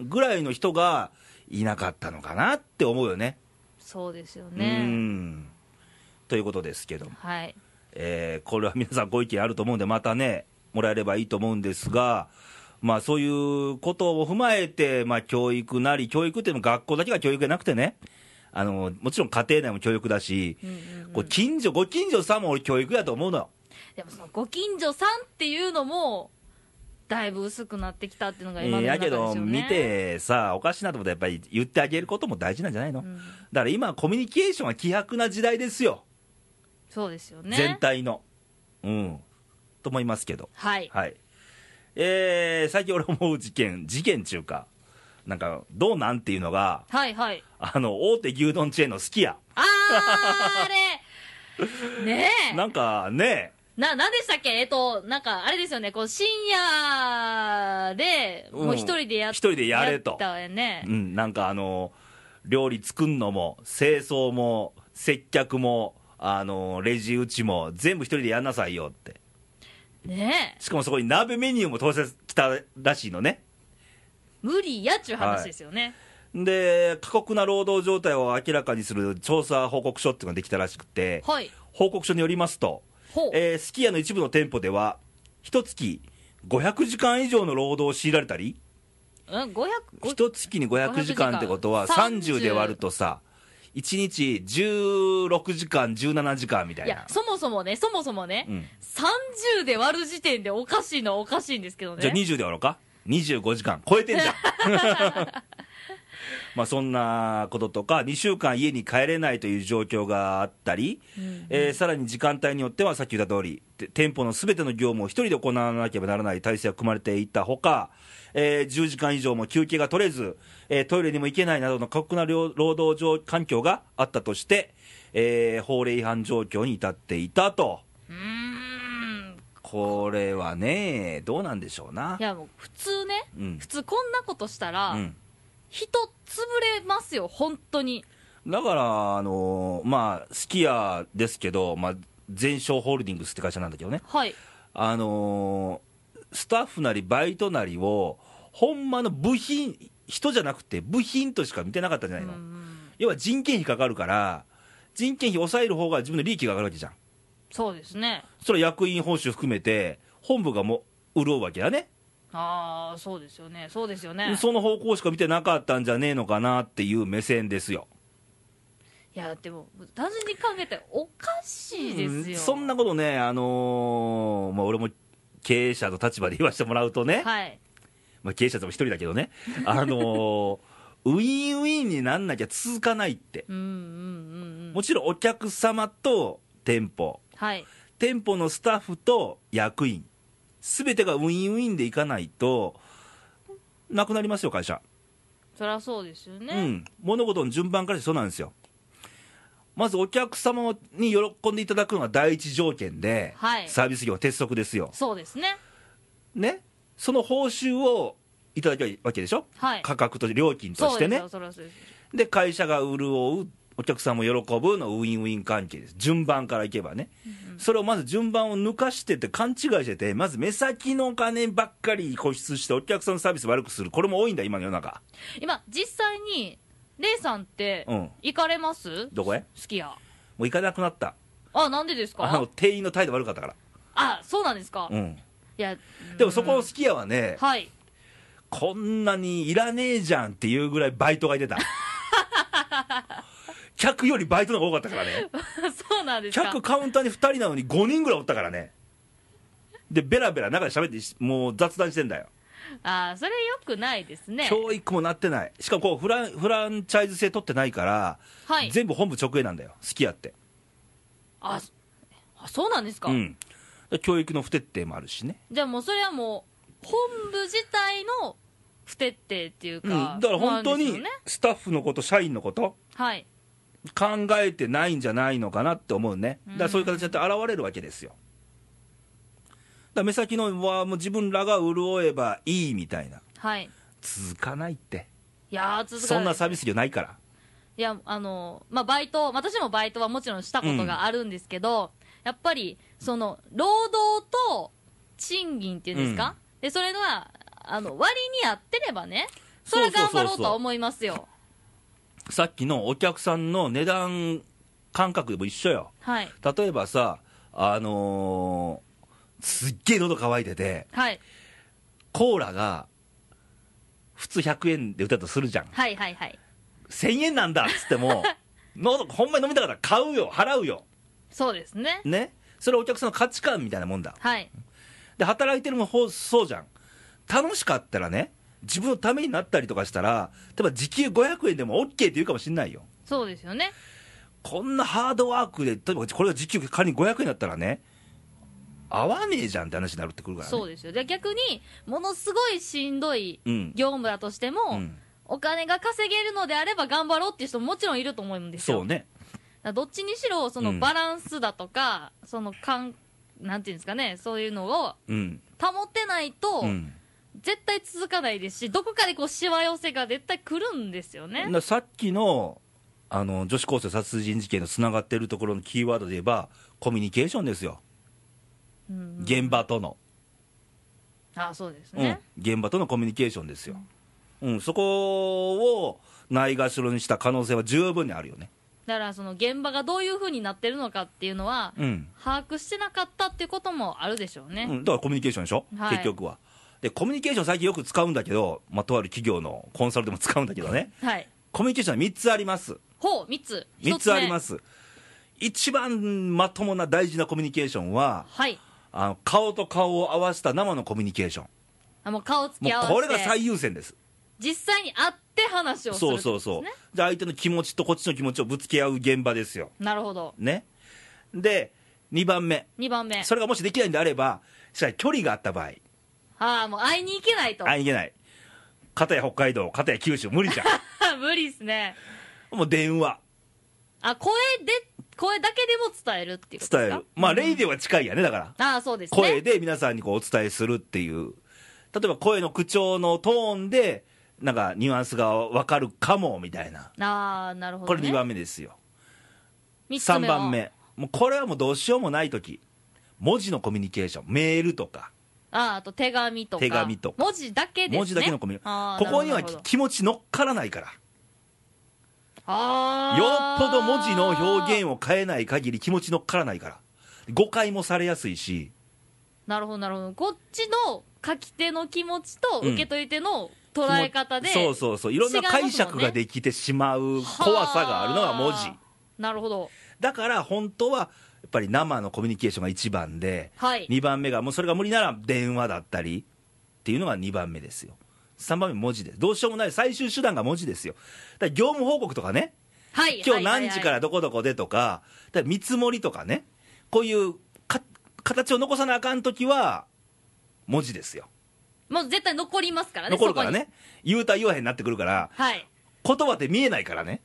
[SPEAKER 1] ぐらいの人がいなかったのかなって思うよね。
[SPEAKER 2] そうですよ
[SPEAKER 1] う
[SPEAKER 2] ね。
[SPEAKER 1] んということですけども
[SPEAKER 2] はい、
[SPEAKER 1] えーこれは皆さんご意見あると思うんで、またね、もらえればいいと思うんですが、まあ、そういうことを踏まえて、まあ、教育なり、教育っていうのは学校だけが教育じゃなくてね、あのもちろん家庭内も教育だし、
[SPEAKER 2] うんうんうん
[SPEAKER 1] こう近所、ご近所さんも俺、教育やと思うのよ。
[SPEAKER 2] でもそのご近所さんっていうのも、だいぶ薄くなってきたっていうのが
[SPEAKER 1] え
[SPEAKER 2] 今
[SPEAKER 1] ー
[SPEAKER 2] の世
[SPEAKER 1] や
[SPEAKER 2] の中
[SPEAKER 1] け
[SPEAKER 2] です
[SPEAKER 1] ど、
[SPEAKER 2] よね。
[SPEAKER 1] 見てさ、おかしいなと思ったら、やっぱり言ってあげることも大事なんじゃないの、
[SPEAKER 2] うん
[SPEAKER 1] だから今、コミュニケーションは希薄な時代ですよ、
[SPEAKER 2] そうですよね。
[SPEAKER 1] 全体の。うん、と思いますけど。
[SPEAKER 2] はい。
[SPEAKER 1] はい、えー最近俺思う事件、事件中か、なんか、どうなんっていうのが、
[SPEAKER 2] はいはい。
[SPEAKER 1] あの、大手牛丼チェーンのすき家。
[SPEAKER 2] あ ー、あれねえな
[SPEAKER 1] なんかね、
[SPEAKER 2] な、なんでしたっけえっと、なんか、あれですよね、こう、深夜で、
[SPEAKER 1] うん
[SPEAKER 2] もう一人でやっ
[SPEAKER 1] 一人でやれと
[SPEAKER 2] ったよね
[SPEAKER 1] う。ん、なんかあの、料理作んのも、清掃も、接客も、あの、レジ打ちも、全部一人でやんなさいよって。
[SPEAKER 2] ねえ
[SPEAKER 1] しかもそこに鍋メニューも当然来たらしいのね。
[SPEAKER 2] 無理やっちゅう話ですよね。
[SPEAKER 1] で、過酷な労働状態を明らかにする調査報告書っていうのができたらしくて、
[SPEAKER 2] はい。
[SPEAKER 1] 報告書によりますと、
[SPEAKER 2] ほう。
[SPEAKER 1] えー、すき家の一部の店舗では、一月500時間以上の労働を強いられたり、
[SPEAKER 2] うん、500、500
[SPEAKER 1] 一月に500時間ってことは、
[SPEAKER 2] 500時間
[SPEAKER 1] 30で割るとさ、1日16時間、17時間みたい
[SPEAKER 2] いや
[SPEAKER 1] な、。
[SPEAKER 2] そもそもね、そもそもね、
[SPEAKER 1] うん
[SPEAKER 2] 30で割る時点でおかしいのはおかしいんですけどね。
[SPEAKER 1] じゃあ20で割ろうか、25時間、超え てんじゃん。まあそんなこととか、2週間家に帰れないという状況があったり、
[SPEAKER 2] うん
[SPEAKER 1] えーさらに時間帯によっては、さっき言った通り、て店舗のすべての業務を一人で行わなければならない体制が組まれていたほか、えー10時間以上も休憩が取れず、えートイレにも行けないなどの過酷な労労働上環境があったとして、えー法令違反状況に至っていたと、
[SPEAKER 2] うーん
[SPEAKER 1] これはね、どうなんでしょうな。
[SPEAKER 2] いやもう普通ね、
[SPEAKER 1] うん
[SPEAKER 2] 普通こんなことしたら、
[SPEAKER 1] うん
[SPEAKER 2] 人潰れますよ本当に
[SPEAKER 1] だから、あのーまあ、すき家ですけど、まあ、全商ホールディングスって会社なんだけどね、
[SPEAKER 2] はい
[SPEAKER 1] あのースタッフなりバイトなりを、ほんまの部品、人じゃなくて、部品としか見てなかったんじゃないの、
[SPEAKER 2] うん
[SPEAKER 1] 要は人件費かかるから、人件費抑える方が自分の利益が上がるわけじゃん、
[SPEAKER 2] そうですね
[SPEAKER 1] それは役員報酬含めて、本部がもう潤うわけだね、
[SPEAKER 2] ああそうですよねそうですよね
[SPEAKER 1] その方向しか見てなかったんじゃねえのかなっていう目線ですよ。
[SPEAKER 2] いやでも単純に考えておかしいですよ、
[SPEAKER 1] うんそんなことね、あのーまあ、俺も経営者の立場で言わせてもらうとね、
[SPEAKER 2] はい
[SPEAKER 1] まあ、経営者でも一人だけどね、 あのーウィンウィンになんなきゃ続かないって、
[SPEAKER 2] うんうんうんうん
[SPEAKER 1] もちろんお客様と店舗、
[SPEAKER 2] はい
[SPEAKER 1] 店舗のスタッフと役員、すべてがウィンウィンでいかないと、なくなりますよ、会社。
[SPEAKER 2] そりゃそうですよね、
[SPEAKER 1] うん、物事の順番からしてそうなんですよ。まずお客様に喜んでいただくのが第一条件で、
[SPEAKER 2] はい
[SPEAKER 1] サービス業は鉄則ですよ。
[SPEAKER 2] そうですね
[SPEAKER 1] ね、その報酬をいただけるわけでしょ、
[SPEAKER 2] はい
[SPEAKER 1] 価格と料金とし
[SPEAKER 2] そう
[SPEAKER 1] て
[SPEAKER 2] です
[SPEAKER 1] ね
[SPEAKER 2] よ、そりゃそうです
[SPEAKER 1] で会社が潤う、お客さんも喜ぶのウィンウィン関係です、順番からいけばね、それをまず順番を抜かしてって勘違いしてて、まず目先のお金ばっかり固執して、お客さんのサービス悪くする、これも多いんだ、今の世の中、
[SPEAKER 2] 今実際にレイさんって
[SPEAKER 1] うん
[SPEAKER 2] 行かれます
[SPEAKER 1] どこへ
[SPEAKER 2] 好きや
[SPEAKER 1] もう行かなくなった、
[SPEAKER 2] あなんでですか
[SPEAKER 1] あ
[SPEAKER 2] あ
[SPEAKER 1] の店員の態度悪かったから、
[SPEAKER 2] そうなんですか、
[SPEAKER 1] う
[SPEAKER 2] い
[SPEAKER 1] ん、
[SPEAKER 2] や
[SPEAKER 1] でもそこ
[SPEAKER 2] う
[SPEAKER 1] の
[SPEAKER 2] ん
[SPEAKER 1] すき家はね、
[SPEAKER 2] はい
[SPEAKER 1] こんなにいらねえじゃんっていうぐらいバイトがいて た。客よりバイトの方が多かったからね。
[SPEAKER 2] そうなんですか
[SPEAKER 1] 客カウンターに2人なのに5人ぐらいおったからねでベラベラ中で喋ってしもう雑談してんだよ、
[SPEAKER 2] あーそれよくないですね
[SPEAKER 1] 教育もなってないしかもこうフランフランチャイズ制取ってないから、
[SPEAKER 2] はい
[SPEAKER 1] 全部本部直営なんだよ好きやって
[SPEAKER 2] あそあそうなんですか、
[SPEAKER 1] うんで教育の不徹底もあるしね、
[SPEAKER 2] じゃあもうそれはもう本部自体の不徹底っていう
[SPEAKER 1] う
[SPEAKER 2] か、
[SPEAKER 1] ん、だから本当
[SPEAKER 2] なん
[SPEAKER 1] に
[SPEAKER 2] ですよね
[SPEAKER 1] スタッフのこと社員のこと
[SPEAKER 2] はい
[SPEAKER 1] 考えてないんじゃないのかなって思うねだからそういう形で現れるわけですよだから目先のはもう自分らが潤えばいいみたいな
[SPEAKER 2] はい
[SPEAKER 1] 続かないって
[SPEAKER 2] いやー続か
[SPEAKER 1] そんなサービ
[SPEAKER 2] ス
[SPEAKER 1] ス業ないから
[SPEAKER 2] いやあのまあバイト私もバイトはもちろんしたことがあるんですけど、やっぱりその労働と賃金っていうんですか、でそれがあの割にやってればねそれは頑張ろうとは思いますよ
[SPEAKER 1] さっきのお客さんの値段感覚でも一緒よ
[SPEAKER 2] はい
[SPEAKER 1] 例えばさあのーすっげえ喉乾いてて
[SPEAKER 2] はい
[SPEAKER 1] コーラが普通100円で売ったとするじゃん
[SPEAKER 2] はいはいはい
[SPEAKER 1] 1000円なんだっつっても喉ほんまに飲みたかったら買うよ払うよ
[SPEAKER 2] そうですね
[SPEAKER 1] ねそれはお客さんの価値観みたいなもんだ
[SPEAKER 2] はい
[SPEAKER 1] で働いてるもほうそうじゃん楽しかったらね自分のためになったりとかしたら例えば時給500円でも OK って言うかもしんないよ
[SPEAKER 2] そうですよね
[SPEAKER 1] こんなハードワークで、例えばこれが時給仮に500円だったらね、合わねえじゃんって話になるってくるからね。
[SPEAKER 2] そうですよで逆にものすごいしんどい
[SPEAKER 1] うん
[SPEAKER 2] 業務だとしても、
[SPEAKER 1] うん
[SPEAKER 2] お金が稼げるのであれば頑張ろうっていう人ももちろんいると思うんですよ
[SPEAKER 1] そうね。
[SPEAKER 2] だからどっちにしろその
[SPEAKER 1] うん
[SPEAKER 2] バランスだとか、そのかんなんていうんですかねそういうのを
[SPEAKER 1] うん。
[SPEAKER 2] 保てないと、
[SPEAKER 1] うん。
[SPEAKER 2] 絶対続かないですしどこかでこうしわ寄せが絶対来るんですよね
[SPEAKER 1] なさっきの、あの、女子高生殺人事件のつながってるところのキーワードで言えば、コミュニケーションですよ。
[SPEAKER 2] うん
[SPEAKER 1] 現場との。
[SPEAKER 2] あそうです
[SPEAKER 1] うん
[SPEAKER 2] ね、。
[SPEAKER 1] 現場とのコミュニケーションですよ。うん。そこを、ないがしろにした可能性は十分にあるよね。
[SPEAKER 2] だからその現場がどういうふうになってるのかっていうのは、
[SPEAKER 1] うん。
[SPEAKER 2] 把握してなかったっていうこともあるでしょうね、
[SPEAKER 1] うん、だからコミュニケーションでしょ、
[SPEAKER 2] はい
[SPEAKER 1] 結局は。で、コミュニケーション、最近よく使うんだけど、まあ、とある企業のコンサルでも使うんだけどね、
[SPEAKER 2] はい
[SPEAKER 1] コミュニケーションは3つあります、
[SPEAKER 2] ほう3つ
[SPEAKER 1] 3
[SPEAKER 2] 一
[SPEAKER 1] つ
[SPEAKER 2] 目
[SPEAKER 1] あります、一番まともな大事なコミュニケーションは、
[SPEAKER 2] はい
[SPEAKER 1] あの顔と顔を合わせた生のコミュニケーション、
[SPEAKER 2] あもう顔つ
[SPEAKER 1] も
[SPEAKER 2] き合
[SPEAKER 1] う
[SPEAKER 2] わせて
[SPEAKER 1] これが最優先です、
[SPEAKER 2] 実際に会って話をする
[SPEAKER 1] そうそうそう、
[SPEAKER 2] ってことで
[SPEAKER 1] で相手の気持ちとこっちの気持ちをぶつけ合う現場ですよ、
[SPEAKER 2] すねなるほど
[SPEAKER 1] ね。で、2番目、
[SPEAKER 2] 2番目
[SPEAKER 1] それがもしできないんであれば、しかし距離があった場合、
[SPEAKER 2] ああもう会いに行けないと
[SPEAKER 1] あいけない、片や北海道、片や九州、無理じゃん。
[SPEAKER 2] 無理ですね
[SPEAKER 1] もう電話、
[SPEAKER 2] あ声で声だけでも伝えるっていうこと
[SPEAKER 1] 伝
[SPEAKER 2] で
[SPEAKER 1] え
[SPEAKER 2] すか
[SPEAKER 1] る、まあ、レイディは近いやね、だから、
[SPEAKER 2] ああそうですね
[SPEAKER 1] 声で皆さんにこうお伝えするっていう、例えば声の口調のトーンで、なんかニュアンスが分かるかもみたいな、
[SPEAKER 2] ああなるほ
[SPEAKER 1] こ
[SPEAKER 2] ど、
[SPEAKER 1] れ
[SPEAKER 2] ね、
[SPEAKER 1] 2番目ですよ、
[SPEAKER 2] 三つ目は
[SPEAKER 1] 3番目、もうこれはもうどうしようもないとき、文字のコミュニケーション、メールとか、
[SPEAKER 2] ああと手紙とか
[SPEAKER 1] 手紙とか
[SPEAKER 2] 文字だけですね
[SPEAKER 1] 文字だけのコミュニケー
[SPEAKER 2] ああ
[SPEAKER 1] ション、ここには
[SPEAKER 2] なるほど
[SPEAKER 1] 気持ち乗っからないから。
[SPEAKER 2] あ
[SPEAKER 1] よ
[SPEAKER 2] あ
[SPEAKER 1] っぽど文字の表現を変えない限り気持ち乗っからないから誤解もされやすいし
[SPEAKER 2] なるほどなるほどこっちの書き手の気持ちと
[SPEAKER 1] うん
[SPEAKER 2] 受け取り手の捉え方で、
[SPEAKER 1] そうそうそういろんな解釈ができてしまう怖さがあるのが文字
[SPEAKER 2] はあなるほど
[SPEAKER 1] だから本当はやっぱり生のコミュニケーションが1番で
[SPEAKER 2] はい
[SPEAKER 1] 2番目がもうそれが無理なら電話だったりっていうのが2番目ですよ3番目文字ですどうしようもない最終手段が文字ですよだから業務報告とかね
[SPEAKER 2] はい
[SPEAKER 1] 今日何時か
[SPEAKER 2] はいはいはい
[SPEAKER 1] らどこどこでとか、だから見積もりとかね、こういうか形を残さなあかんときは、文字ですよ、
[SPEAKER 2] もう絶対残りますからね
[SPEAKER 1] 残るから
[SPEAKER 2] そこ
[SPEAKER 1] ね、言うた言わへんになってくるから、
[SPEAKER 2] にはい
[SPEAKER 1] 言葉って見えないからね、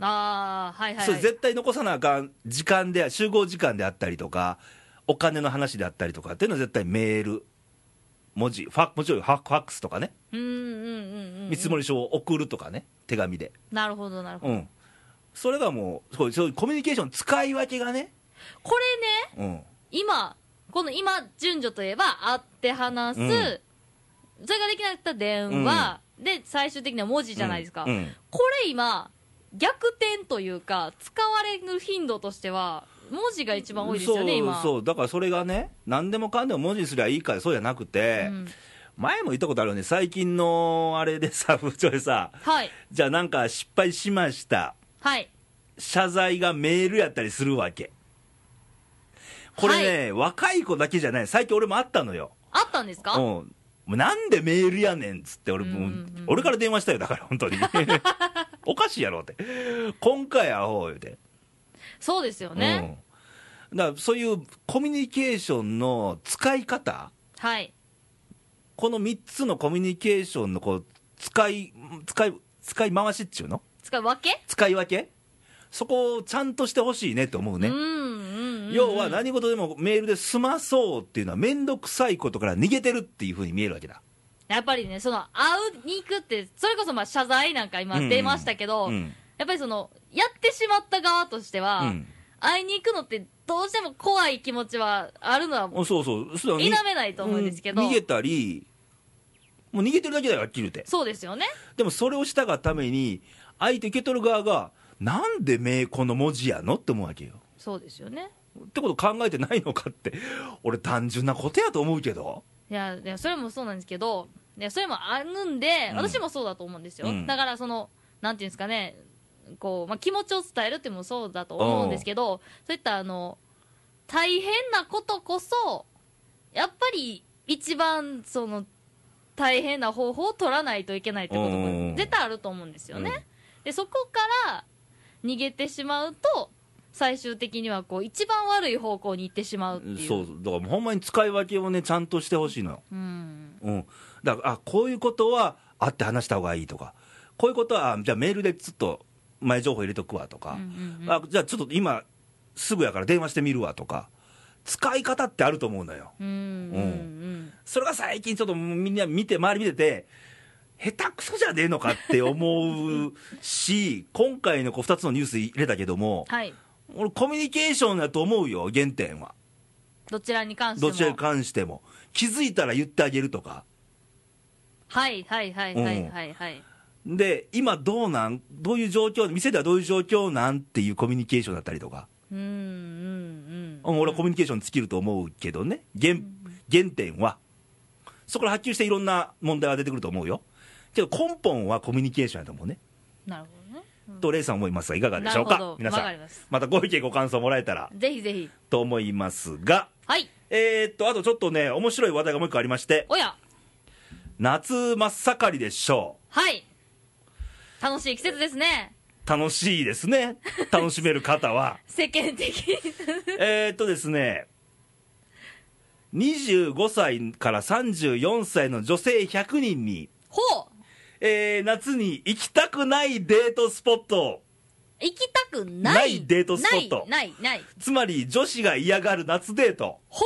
[SPEAKER 2] ああはいはい
[SPEAKER 1] それ
[SPEAKER 2] はい
[SPEAKER 1] 絶対残さなあかん時間で、集合時間であったりとか、お金の話であったりとかっていうのは絶対メール、文字、ファもちろんファファックスとかね、
[SPEAKER 2] うんうんうんうん
[SPEAKER 1] 見積もり書を送るとかね、手紙で、
[SPEAKER 2] なるほどなるほど、
[SPEAKER 1] うん、それがもう、そうそういうコミュニケーション、使い分けがね、
[SPEAKER 2] これね
[SPEAKER 1] うん、
[SPEAKER 2] 今この今順序といえば会って話す、
[SPEAKER 1] うん
[SPEAKER 2] それができなかったら電話、で最終的には文字じゃないですか、
[SPEAKER 1] うんうん
[SPEAKER 2] これ今逆転というか使われる頻度としては文字が一番多いですよね
[SPEAKER 1] そう
[SPEAKER 2] 今
[SPEAKER 1] そうだからそれがね何でもかんでも文字にすりゃいいからそうじゃなく
[SPEAKER 2] う
[SPEAKER 1] て、
[SPEAKER 2] ん
[SPEAKER 1] 前も言ったことあるよね最近のあれでさ 部長でさ
[SPEAKER 2] はい
[SPEAKER 1] じゃあなんか失敗しました
[SPEAKER 2] はい
[SPEAKER 1] 謝罪がメールやったりするわけこれね、若い子だけじゃない最近俺もあったのよ
[SPEAKER 2] あったんですか、
[SPEAKER 1] うんもうなんでメールやねんっつって俺,、もう
[SPEAKER 2] うんうんうん
[SPEAKER 1] 俺から電話したよだから本当に おかしいやろって今回アホ言うて
[SPEAKER 2] そうですよね、
[SPEAKER 1] うん、だからそういうコミュニケーションの使い方
[SPEAKER 2] はい
[SPEAKER 1] この3つのコミュニケーションのこう使い使い使い回しっちゅうの
[SPEAKER 2] 使うわけ、
[SPEAKER 1] 使い分けそこをちゃんとしてほしいねと思うね、
[SPEAKER 2] うんうんうん
[SPEAKER 1] 要は何事でもメールで済まそうっていうのは面倒くさいことから逃げてるっていうふうに見えるわけだ
[SPEAKER 2] やっぱりねその会うに行くってそれこそまあ謝罪なんか今出ましたけど、
[SPEAKER 1] うん
[SPEAKER 2] やっぱりそのやってしまった側としては、
[SPEAKER 1] うん
[SPEAKER 2] 会いに行くのってどうしても怖い気持ちはあるのは
[SPEAKER 1] そうそうそう
[SPEAKER 2] 否めないと思うんですけど、
[SPEAKER 1] 逃げたりもう逃げてるだけだよはっきり言って
[SPEAKER 2] そうですよね
[SPEAKER 1] でもそれをしたがために、相手受け取る側が、なんで名この文字やのって思うわけよ。
[SPEAKER 2] そうですよね
[SPEAKER 1] ってこと考えてないのかって、俺、単純なことやと思うけど、
[SPEAKER 2] いやいやそれもそうなんですけどいやそれもあるんで、
[SPEAKER 1] うん
[SPEAKER 2] 私もそうだと思うんですよ、
[SPEAKER 1] うん
[SPEAKER 2] だからそのなんていうんですかねこう、まあ、気持ちを伝えるっていうのもそうだと思うんですけどそういったあの大変なことこそやっぱり一番その大変な方法を取らないといけないってこと
[SPEAKER 1] うん
[SPEAKER 2] も絶対あると思うんですよね、でそこから逃げてしまうと最終的にはこう一番悪い方向に行ってしまうっていう
[SPEAKER 1] そう、だからもうほんまに使い分けをね、ちゃんとしてほしいのよ。
[SPEAKER 2] うん
[SPEAKER 1] うん。だから、あ、こういうことは会って話した方がいいとか、こういうことは、あじゃあメールでちょっと前情報入れとくわとか、
[SPEAKER 2] うんうんうん
[SPEAKER 1] あじゃあちょっと今、すぐやから電話してみるわとか、使い方ってあると思うのよ。
[SPEAKER 2] うんうん
[SPEAKER 1] それが最近ちょっとみんな見て、周り見てて、下手くそじゃねえのかって思う し、今回のこう2つのニュース入れたけども、
[SPEAKER 2] はい
[SPEAKER 1] 俺コミュニケーションだと思うよ、原点は。
[SPEAKER 2] どちらに関しても
[SPEAKER 1] どちらに関しても。気づいたら言ってあげるとか。
[SPEAKER 2] はいはいはいはいはいはい、
[SPEAKER 1] で、今どうなんどういう状況店ではどういう状況なんっていうコミュニケーションだったりとか。
[SPEAKER 2] うん、うんうん
[SPEAKER 1] うん俺はコミュニケーション尽きると思うけどね。原、原点は。そこから発揮していろんな問題は出てくると思うよ。けど根本はコミュニケーションやと思うね。
[SPEAKER 2] なるほどね
[SPEAKER 1] とレイさん思いますがいかがでしょう
[SPEAKER 2] なるほ
[SPEAKER 1] か
[SPEAKER 2] ど
[SPEAKER 1] 皆さ
[SPEAKER 2] わかり
[SPEAKER 1] ん
[SPEAKER 2] ます
[SPEAKER 1] またご意見ご感想もらえたら
[SPEAKER 2] ぜひぜひ
[SPEAKER 1] と思いますが
[SPEAKER 2] はい
[SPEAKER 1] えー、っとあとちょっとね面白い話題がもう一個ありまして
[SPEAKER 2] おや
[SPEAKER 1] 夏真っ盛りでしょ
[SPEAKER 2] はい楽しい季節ですね
[SPEAKER 1] う楽しいですね楽しめる方は
[SPEAKER 2] 世間的に
[SPEAKER 1] えーっとですね25歳から34歳の女性100人に、
[SPEAKER 2] ほう
[SPEAKER 1] えー夏に行きたくないデートスポットを
[SPEAKER 2] 行きたくない
[SPEAKER 1] ないデートスポット
[SPEAKER 2] ないないない
[SPEAKER 1] つまり女子が嫌がる夏デート
[SPEAKER 2] ほ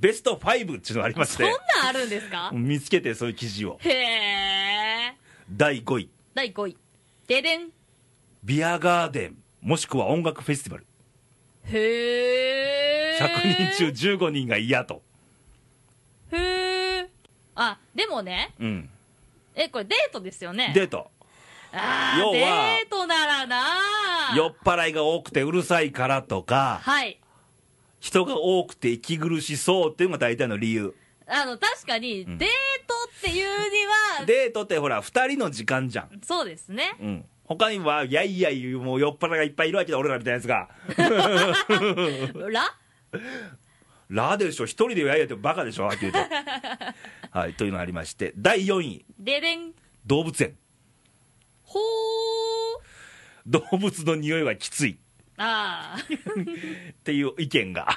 [SPEAKER 1] ベスト5っていうのがありま
[SPEAKER 2] う
[SPEAKER 1] し
[SPEAKER 2] そん
[SPEAKER 1] て
[SPEAKER 2] なんあるんですか
[SPEAKER 1] 見つけてそういう記事を
[SPEAKER 2] へえ
[SPEAKER 1] 第5位
[SPEAKER 2] 第5位ででん
[SPEAKER 1] ビアガーデンもしくは音楽フェスティバル
[SPEAKER 2] へえ
[SPEAKER 1] 100人中15人が嫌と、
[SPEAKER 2] へえあでもね
[SPEAKER 1] うん、
[SPEAKER 2] えこれデートですよね
[SPEAKER 1] デート
[SPEAKER 2] あ
[SPEAKER 1] 要
[SPEAKER 2] ー
[SPEAKER 1] は
[SPEAKER 2] デートならな
[SPEAKER 1] 酔っ払いが多くてうるさいからとか
[SPEAKER 2] はい
[SPEAKER 1] 人が多くて息苦しそうっていうのが大体の理由
[SPEAKER 2] あの確かにデートっていうには、
[SPEAKER 1] デートってほら2人の時間じゃん
[SPEAKER 2] そうですね
[SPEAKER 1] うん他には、いやいやいう、もう酔っ払いがいっぱいいるわけだ、俺らみたいなやつが。
[SPEAKER 2] ら
[SPEAKER 1] ラでしょ、一人でやいやってバカでしょ、はっきり言うと。 はい、というのがありまして、第4位、
[SPEAKER 2] ででん
[SPEAKER 1] 動物園。
[SPEAKER 2] ほー
[SPEAKER 1] 動物の匂いはきつい
[SPEAKER 2] ああ
[SPEAKER 1] っていう意見が。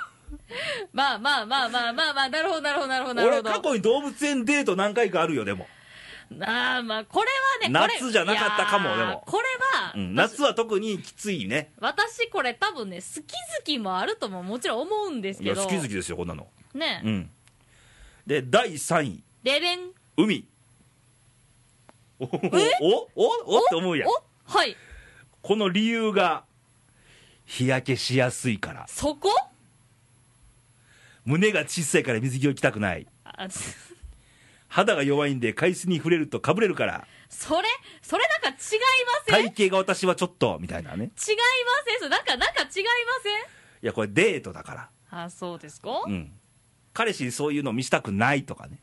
[SPEAKER 2] まあまあまあまあまあまあなるほどなるほどなるほどなる
[SPEAKER 1] 俺
[SPEAKER 2] ほ
[SPEAKER 1] は過
[SPEAKER 2] ど
[SPEAKER 1] 去に動物園デート何回かあるよ、でも。
[SPEAKER 2] ああまあこれはねこれ
[SPEAKER 1] 夏じゃなかったかも
[SPEAKER 2] いやー
[SPEAKER 1] でも
[SPEAKER 2] これは、
[SPEAKER 1] うん、夏は特にきついね。
[SPEAKER 2] 私これ多分ね好き好きもあるとももちろん思うんです
[SPEAKER 1] い
[SPEAKER 2] け
[SPEAKER 1] や、
[SPEAKER 2] ど
[SPEAKER 1] 好き好きですよ、こんなの。
[SPEAKER 2] ね
[SPEAKER 1] うん。で、第3位、
[SPEAKER 2] ででん
[SPEAKER 1] 海。おおおおって思うやん。
[SPEAKER 2] おはい
[SPEAKER 1] この理由が、日焼けしやすいから。
[SPEAKER 2] そこ
[SPEAKER 1] 胸が小さいから水着を着たくない
[SPEAKER 2] あつ
[SPEAKER 1] 肌が弱いんで海水に触れるとかぶれるから
[SPEAKER 2] それそれなんか違いません、
[SPEAKER 1] 体
[SPEAKER 2] 違いま
[SPEAKER 1] 型が私はちょっとみたいなね
[SPEAKER 2] せんそれなんかなんか違い
[SPEAKER 1] い
[SPEAKER 2] ま
[SPEAKER 1] やこれデートだか
[SPEAKER 2] せんあそうですから
[SPEAKER 1] うん彼氏にそういうの見せたくないとかね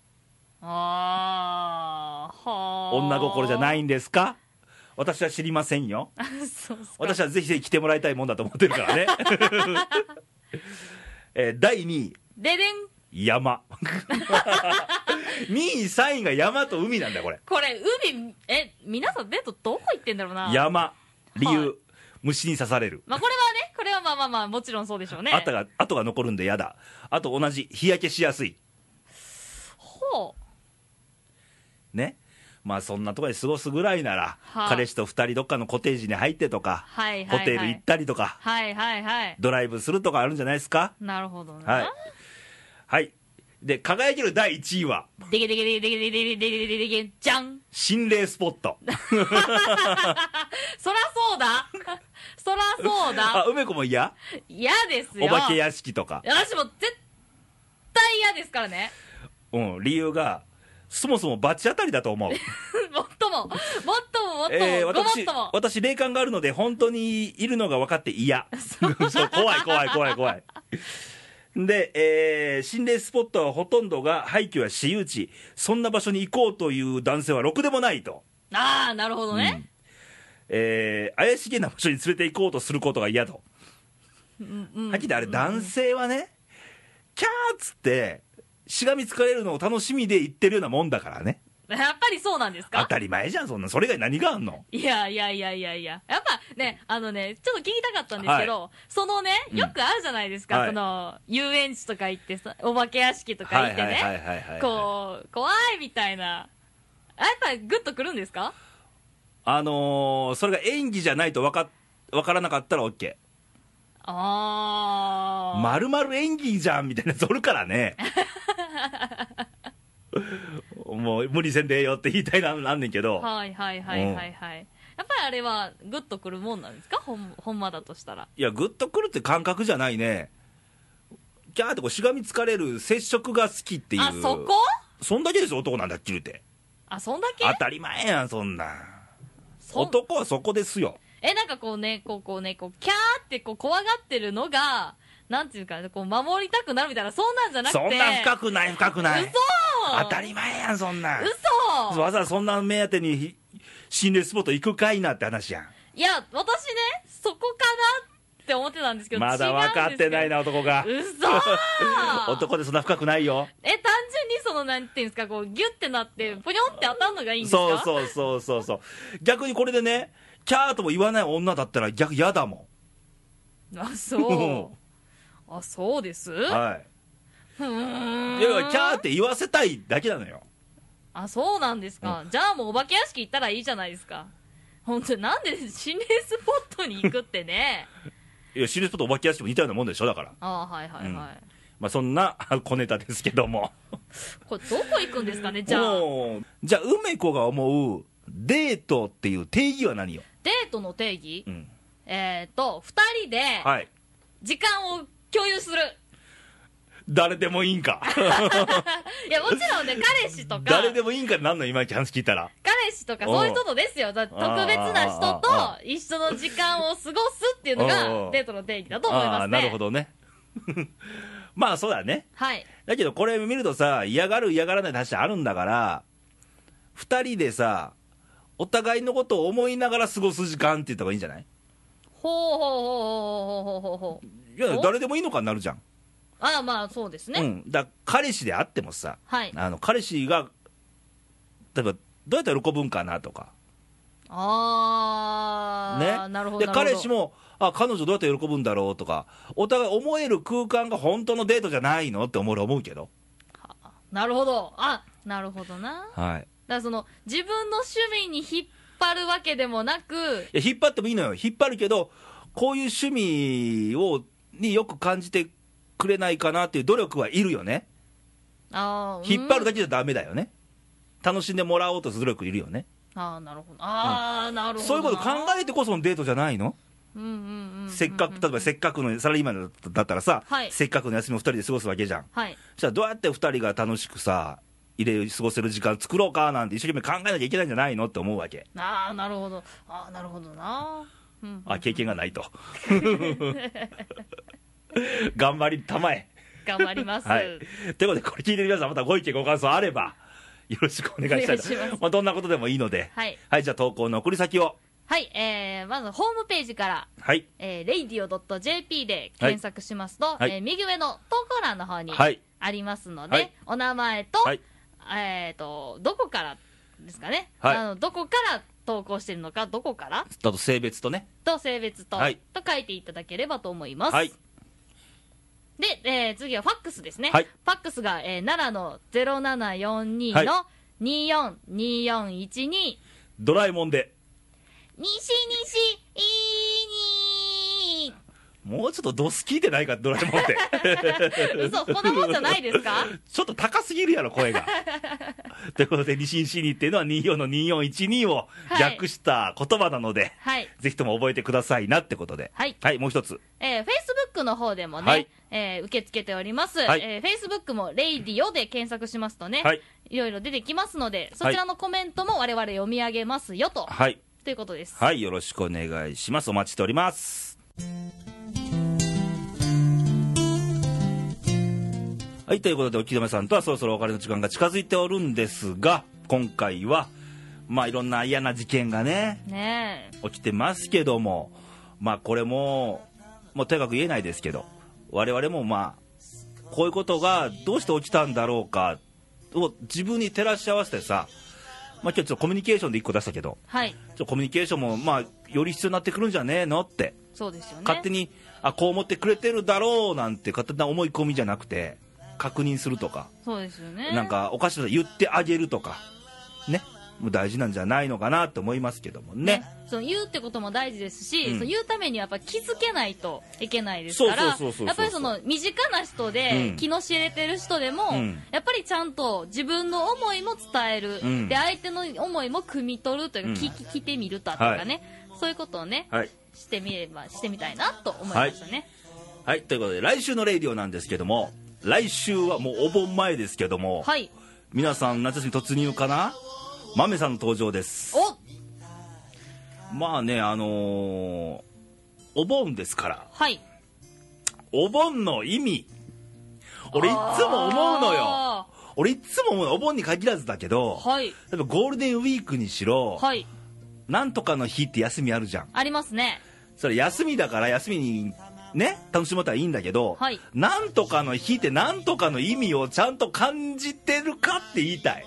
[SPEAKER 2] ああはあ
[SPEAKER 1] 女心じゃないいんですか私は知りませんよ
[SPEAKER 2] あそうっすか
[SPEAKER 1] 私はぜひぜひ来てもらいたいもんだと思ってる からねえー第2
[SPEAKER 2] ででん
[SPEAKER 1] 位山 2位3位が山と海なんだよこれ
[SPEAKER 2] これ海え皆さんデートどこ行ってんだろうな
[SPEAKER 1] 山理由、
[SPEAKER 2] はい
[SPEAKER 1] 虫に刺される
[SPEAKER 2] まあこれはねこれはまあまあまあもちろんそうでしょうね
[SPEAKER 1] あたが、跡が残るんで嫌だ。あと同じ、日焼けしやすい。
[SPEAKER 2] ほう
[SPEAKER 1] ね。まあそんなところで過ごすぐらいなら、
[SPEAKER 2] はあ
[SPEAKER 1] 彼氏と二人どっかのコテージに入ってとか、
[SPEAKER 2] はいはいはい
[SPEAKER 1] ホテル行ったりとか、
[SPEAKER 2] はいはいはい
[SPEAKER 1] ドライブするとかあるんじゃないですか
[SPEAKER 2] なるほどな、
[SPEAKER 1] はい。はい。で、輝ける第1位は、
[SPEAKER 2] でけでけでけでけでけでけでけでけでけじゃん
[SPEAKER 1] 心霊スポット。
[SPEAKER 2] そらそうだそらそ
[SPEAKER 1] あ
[SPEAKER 2] うだ、
[SPEAKER 1] 梅子も嫌
[SPEAKER 2] 嫌ですよ
[SPEAKER 1] お化け屋敷とか。
[SPEAKER 2] 私も絶対嫌ですからね
[SPEAKER 1] うん、理由が、そもそも罰当たりだと思う。
[SPEAKER 2] もっとももっとももっとも、
[SPEAKER 1] えー
[SPEAKER 2] ごもっ
[SPEAKER 1] 私
[SPEAKER 2] とも、
[SPEAKER 1] 私、霊感があるので、本当にいるのが分かって 嫌。そう怖い、怖い、怖い、怖い。で、えー心霊スポットはほとんどが廃墟や私有地、そんな場所に行こうという男性はろくでもないと。
[SPEAKER 2] ああなるほどね、
[SPEAKER 1] えー怪しげな場所に連れて行こうとすることが嫌と。はっきり言ってあれ、男性はね、キャーっつって、しがみつかれるのを楽しみで行ってるようなもんだからね。
[SPEAKER 2] やっぱりそうなんです
[SPEAKER 1] 当
[SPEAKER 2] か
[SPEAKER 1] たり前じゃん、そんな。それ以外何があんの
[SPEAKER 2] いやいやいやいやいややっぱねあのねちょっと聞きたかったんですけど、そのねよくあるじゃないですか、
[SPEAKER 1] はい
[SPEAKER 2] その遊園地とか行ってさお化け屋敷とか行ってね、
[SPEAKER 1] いはいは
[SPEAKER 2] こう怖いみたいなあやっぱグッとくるんですか
[SPEAKER 1] あのーそれが演技じゃないと分か分からなかったら OK、
[SPEAKER 2] ああ、
[SPEAKER 1] まるまる演技じゃんみたいなやつおるからね、 もう無理せんでええよって言いたいななんねんけど、
[SPEAKER 2] はいはいはいはいはい、やっぱりあれはグッとくるもんなんですかほんほんまだとしたら
[SPEAKER 1] いや、ぐっとくるって感覚じゃないね、キャーってこうしがみつかれる接触が好きっていう、
[SPEAKER 2] あそこ
[SPEAKER 1] そんだけですよ、男なんだっきり言うて、
[SPEAKER 2] あそんだけ
[SPEAKER 1] 当たり前やん、そんなん、
[SPEAKER 2] そん
[SPEAKER 1] 男はそこですよ、
[SPEAKER 2] えなんかこうねこうこうねこうキャーってこう怖がってるのがなんていうかこう守りたくなるみたいなそんなんじゃなくて
[SPEAKER 1] そんなん深くない、深くない
[SPEAKER 2] 嘘、
[SPEAKER 1] 当たり前やん、そんなん。
[SPEAKER 2] 嘘
[SPEAKER 1] わざわざそんな目当てにひ心霊スポット行くかいなって話やん
[SPEAKER 2] いや私ねそこかなって思ってたんですけど
[SPEAKER 1] まだ分かってない
[SPEAKER 2] な
[SPEAKER 1] な男が
[SPEAKER 2] 嘘
[SPEAKER 1] 男でそんな深くないよ
[SPEAKER 2] え単純にそのなんていうんですかこうギュってなってポニョンって当たるのがいいんですか
[SPEAKER 1] そうそうそうそうそう逆にこれでねキャーとも言わない女だったら逆嫌だも
[SPEAKER 2] あそうあそうです
[SPEAKER 1] んは
[SPEAKER 2] う
[SPEAKER 1] い
[SPEAKER 2] ーん
[SPEAKER 1] いやいやキャーって言わせたいだけなのよ
[SPEAKER 2] あそうなんですか、じゃあもうお化け屋敷行ったらいいじゃないですか本当になんで心霊スポットに行くってね
[SPEAKER 1] いや、シリーズポットお化け屋敷も似たようなもんでしょ、だから。
[SPEAKER 2] ああはいはいはい、
[SPEAKER 1] まあ、そんな 小ネタですけども。
[SPEAKER 2] これどこ行くんですかねじゃあ
[SPEAKER 1] もうじゃあ、梅子が思う、デートっていう定義は何よ、
[SPEAKER 2] デートの定義、
[SPEAKER 1] うん
[SPEAKER 2] えっ、と2人で
[SPEAKER 1] はい。
[SPEAKER 2] 時間を共有する、
[SPEAKER 1] 誰でもいいんか。
[SPEAKER 2] い、やもち ろんね彼氏とか
[SPEAKER 1] 誰でもいいんかってなんの今、話聞いたら。
[SPEAKER 2] 彼氏とかそういうことですよだ特別な人と
[SPEAKER 1] あ
[SPEAKER 2] 一緒の時間を過ごすっていうの
[SPEAKER 1] おうお
[SPEAKER 2] が
[SPEAKER 1] う
[SPEAKER 2] デートの定義だと思います
[SPEAKER 1] あ
[SPEAKER 2] ね
[SPEAKER 1] あ、なるほどね。 まあ、そうだね。
[SPEAKER 2] はい
[SPEAKER 1] だけど、これ見るとさ、嫌がる嫌がらないって話あるんだから、二人でさ、お互いのことを思いながら過ごす時間って言った方がいいんじゃない
[SPEAKER 2] ほうほうほうほうほうほうほうほう
[SPEAKER 1] いや、
[SPEAKER 2] お
[SPEAKER 1] 誰でもいいのかになるじゃん。
[SPEAKER 2] ああまあそうですね、
[SPEAKER 1] うん。だから彼氏であってもさ、
[SPEAKER 2] はい
[SPEAKER 1] あの彼氏が、例えば、どうやって喜ぶんかなとか、
[SPEAKER 2] あ
[SPEAKER 1] ね
[SPEAKER 2] あ、、なるほど
[SPEAKER 1] で
[SPEAKER 2] なるほど
[SPEAKER 1] 彼氏も、あ彼女どうやって喜ぶんだろうとか、お互い思える空間が本当のデートじゃないのって思う思うけど、
[SPEAKER 2] なるほどあなるほどなだか
[SPEAKER 1] はい、
[SPEAKER 2] らその自分の趣味に引っ張るわけでもなく
[SPEAKER 1] いや引っ張ってもいいのよ、引っ張るけど、こういう趣味をによく感じてくれないかなっていう努力はいるよね、
[SPEAKER 2] あー
[SPEAKER 1] 引っ張るだけ
[SPEAKER 2] け、
[SPEAKER 1] じゃだめだよね、楽しんでもらおうとする努力いるよね、
[SPEAKER 2] うんああなるほどああ、なるほど
[SPEAKER 1] そういうこと考
[SPEAKER 2] え、
[SPEAKER 1] えてこそのデートじゃないの
[SPEAKER 2] うんうんうんうん、
[SPEAKER 1] せっかく、例えばせっかくのサラリーマンだったらさ、
[SPEAKER 2] はい
[SPEAKER 1] せっかくの休みを2人で過ごすわけじゃん。
[SPEAKER 2] はい
[SPEAKER 1] じゃあ、どうやって2人が楽しくさ、入れ過ごせる時間作ろうかなんて一生懸命考えなきゃいけないんじゃないのって思うわけ。
[SPEAKER 2] ああなるほどああなるほどなうんうん
[SPEAKER 1] あ、経験がないと。 頑張りたまえ。
[SPEAKER 2] 頑張りま す、
[SPEAKER 1] はい。ということで、これ聞いてる皆さん、またご意見、ご感想あれば、よろしくお願いしたいと
[SPEAKER 2] お願いします
[SPEAKER 1] まあ、どんなことでもいいので。
[SPEAKER 2] はい
[SPEAKER 1] はい、じゃあ、投稿の送り先を。
[SPEAKER 2] はい、えー、まずホームページから、
[SPEAKER 1] はい。
[SPEAKER 2] えー、radio.jp で検索しますと、
[SPEAKER 1] はい
[SPEAKER 2] えー右上の投稿欄の方に
[SPEAKER 1] はい
[SPEAKER 2] ありますので、
[SPEAKER 1] はい
[SPEAKER 2] お名前と、
[SPEAKER 1] はい。
[SPEAKER 2] えー、とどこからですかね、
[SPEAKER 1] はい
[SPEAKER 2] あのどこから投稿してるのかどこから
[SPEAKER 1] あと、性別とね。
[SPEAKER 2] と性別と、
[SPEAKER 1] はい
[SPEAKER 2] と書いていただければと思います、
[SPEAKER 1] はい。
[SPEAKER 2] で、えー次はファックスですね、
[SPEAKER 1] はい
[SPEAKER 2] ファックスが、えー、奈良の0742
[SPEAKER 1] はい
[SPEAKER 2] の242412、
[SPEAKER 1] ドラえもんで。
[SPEAKER 2] 西西いいに
[SPEAKER 1] もうちょっとドス聞いてないか、ドラえもん って。
[SPEAKER 2] ー嘘こんなもんじゃないです か
[SPEAKER 1] ちょっと高すぎるやろ、 声が。ということで、西西にっていうのは24の2412を
[SPEAKER 2] はい
[SPEAKER 1] 略した言葉なので、
[SPEAKER 2] はい
[SPEAKER 1] ぜひとも覚えてくださいなってことで。
[SPEAKER 2] はい
[SPEAKER 1] はい、もう一つ。
[SPEAKER 2] えー、Facebook の方でもね、
[SPEAKER 1] はい
[SPEAKER 2] えー受け付けております、
[SPEAKER 1] はい
[SPEAKER 2] えー、Facebook も「レイディオ」で検索しますとね、
[SPEAKER 1] はい。
[SPEAKER 2] いろいろ出てきますので、そちらのコメントも我々読み上げますよと、
[SPEAKER 1] はい。
[SPEAKER 2] ということです。
[SPEAKER 1] はい、よろしくお願いします。お待ちしております。はい、ということで、おきどめさんとはそろそろお別れの時間が近づいておるんですが、今回は、まあ、いろんな嫌な事件がね、
[SPEAKER 2] ねえ。
[SPEAKER 1] 起きてますけども、まあ、これも、もうとにかく言えないですけど、我々もまあ、こういうことがどうして起きたんだろうかを自分に照らし合わせてさ、まあ、今日ちょっとコミュニケーションで1個出したけど、
[SPEAKER 2] はい。
[SPEAKER 1] ちょっとコミュニケーションもまあより必要になってくるんじゃねえのって、
[SPEAKER 2] そうですよね。
[SPEAKER 1] 勝手にあこう思ってくれてるだろうなんて勝手な思い込みじゃなくて、確認するとか、
[SPEAKER 2] そうですよね。
[SPEAKER 1] なん。かおかしいこと言ってあげるとか、ね、もう大事なんじゃないのかなって思いますけどもね
[SPEAKER 2] ね。、その言うってことも大事ですし、
[SPEAKER 1] うん
[SPEAKER 2] その言うためにはやっぱ気づけないといけないですか
[SPEAKER 1] そう
[SPEAKER 2] ら
[SPEAKER 1] そうそうそうそう
[SPEAKER 2] やっぱりその身近な人で、
[SPEAKER 1] うん
[SPEAKER 2] 気の知れてる人でも、
[SPEAKER 1] うん
[SPEAKER 2] やっぱりちゃんと自分の思いも伝える、
[SPEAKER 1] うん
[SPEAKER 2] で相手の思いも汲み取るというか、
[SPEAKER 1] うん
[SPEAKER 2] 聞き聞いてみるだとかね、そういうことをね、
[SPEAKER 1] はい
[SPEAKER 2] してみればしてみたいなと思いましたね、
[SPEAKER 1] はい、ということで、来週のレイディオなんですけども、来週はもうお盆前ですけども、
[SPEAKER 2] はい、
[SPEAKER 1] 皆さん夏休み突入かな豆さんの登場です。
[SPEAKER 2] お
[SPEAKER 1] まあね、あのーお盆ですから、
[SPEAKER 2] はい
[SPEAKER 1] お盆の意味、俺いっつも思うのよ。
[SPEAKER 2] あ
[SPEAKER 1] 俺いっつも思うの、お盆に限らずだけど、
[SPEAKER 2] ーはい
[SPEAKER 1] 例えばゴールデンウィークにしろ、
[SPEAKER 2] はい
[SPEAKER 1] なんとかの日って休みあるじゃん。
[SPEAKER 2] ありますね
[SPEAKER 1] それ休みだから休みにね楽しもうとはいいんだけど、
[SPEAKER 2] はい
[SPEAKER 1] なんとかの日ってなんとかの意味をちゃんと感じてるかって言いたい、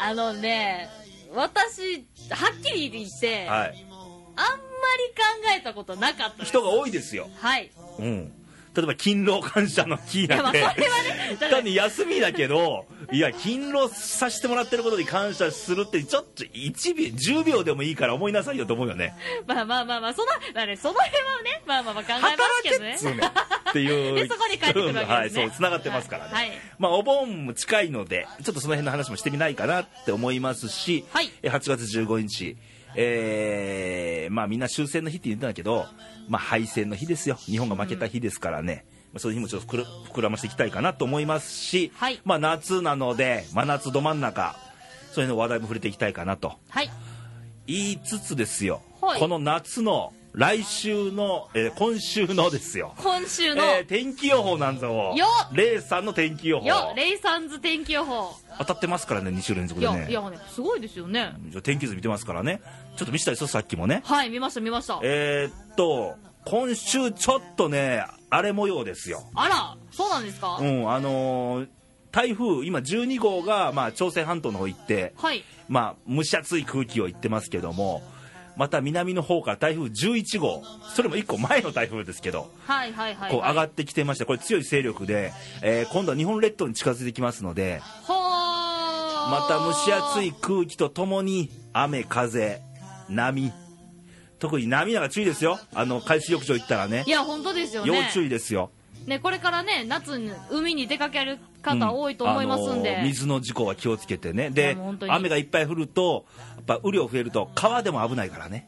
[SPEAKER 2] あのね私はっきり言って、
[SPEAKER 1] はい、
[SPEAKER 2] あんまり考えたことなかったです
[SPEAKER 1] 人が多いですよ、
[SPEAKER 2] はい
[SPEAKER 1] うん、例えば勤労感謝の日
[SPEAKER 2] や
[SPEAKER 1] な
[SPEAKER 2] ま
[SPEAKER 1] ん
[SPEAKER 2] あそれ
[SPEAKER 1] て
[SPEAKER 2] はねだから
[SPEAKER 1] 単に休みだけどいや勤労させてもらってることに感謝するってちょっと1秒10秒でもいいから思いなさいよと思うよね
[SPEAKER 2] まあまあまあまあそのまあねその辺はねまあまあまあ考えます
[SPEAKER 1] 働
[SPEAKER 2] けど
[SPEAKER 1] け
[SPEAKER 2] ね
[SPEAKER 1] っつうのっていう
[SPEAKER 2] でそこに帰ってくるわけですね
[SPEAKER 1] はいそうつながってますからね、
[SPEAKER 2] はい
[SPEAKER 1] まあ、お盆も近いのでちょっとその辺の話もしてみないかなって思いますし、
[SPEAKER 2] はい
[SPEAKER 1] え8月15日えーまあみんな終戦の日って言ってたんだけど、まあ、敗戦の日ですよ日本が負けた日ですからね、まあそういう日もちょっと膨ら膨らましていきたいかなと思いますし、
[SPEAKER 2] はい
[SPEAKER 1] まあ夏なので真夏ど真ん中そういうの話題も触れていきたいかなと
[SPEAKER 2] はい
[SPEAKER 1] 言いつつですよ、
[SPEAKER 2] はい
[SPEAKER 1] この夏の来週の、えー今週のですよ
[SPEAKER 2] 今週の、
[SPEAKER 1] えー天気予報なんぞ
[SPEAKER 2] よ
[SPEAKER 1] レイさんの天気予報
[SPEAKER 2] よレイサンズ天気予報
[SPEAKER 1] 当たってますからね2週連続
[SPEAKER 2] い
[SPEAKER 1] で
[SPEAKER 2] や
[SPEAKER 1] ね
[SPEAKER 2] いやねすごいですよね
[SPEAKER 1] 天気図見てますからねちょっと見せたいですよさっきもね
[SPEAKER 2] はい見ました見ました
[SPEAKER 1] えーっと今週ちょっとね荒れ模様ですよ
[SPEAKER 2] あらそうなんですか、
[SPEAKER 1] うんあのー台風今12号が、まあ、朝鮮半島の方行って
[SPEAKER 2] はい
[SPEAKER 1] まあ蒸し暑い空気を言ってますけどもまた南の方から台風11号それも1個前の台風ですけど
[SPEAKER 2] はいはいはい
[SPEAKER 1] こう上
[SPEAKER 2] は
[SPEAKER 1] がってきてましてこれ強い勢力で、えー今度は日本列島に近づいてきますので
[SPEAKER 2] ー
[SPEAKER 1] また蒸し暑い空気とともに雨風波特に波なんか注意ですよあの海水浴場行ったらね
[SPEAKER 2] いや本当ですよ
[SPEAKER 1] 要
[SPEAKER 2] ね
[SPEAKER 1] 注意ですよ、
[SPEAKER 2] ねこれからね夏に海に出かける方多いと思いますんで、
[SPEAKER 1] あのー水の事故は気をつけてね
[SPEAKER 2] いや
[SPEAKER 1] で
[SPEAKER 2] もう本当に
[SPEAKER 1] 雨がいっぱい降るとやっぱ雨量増えると川でも危ないからね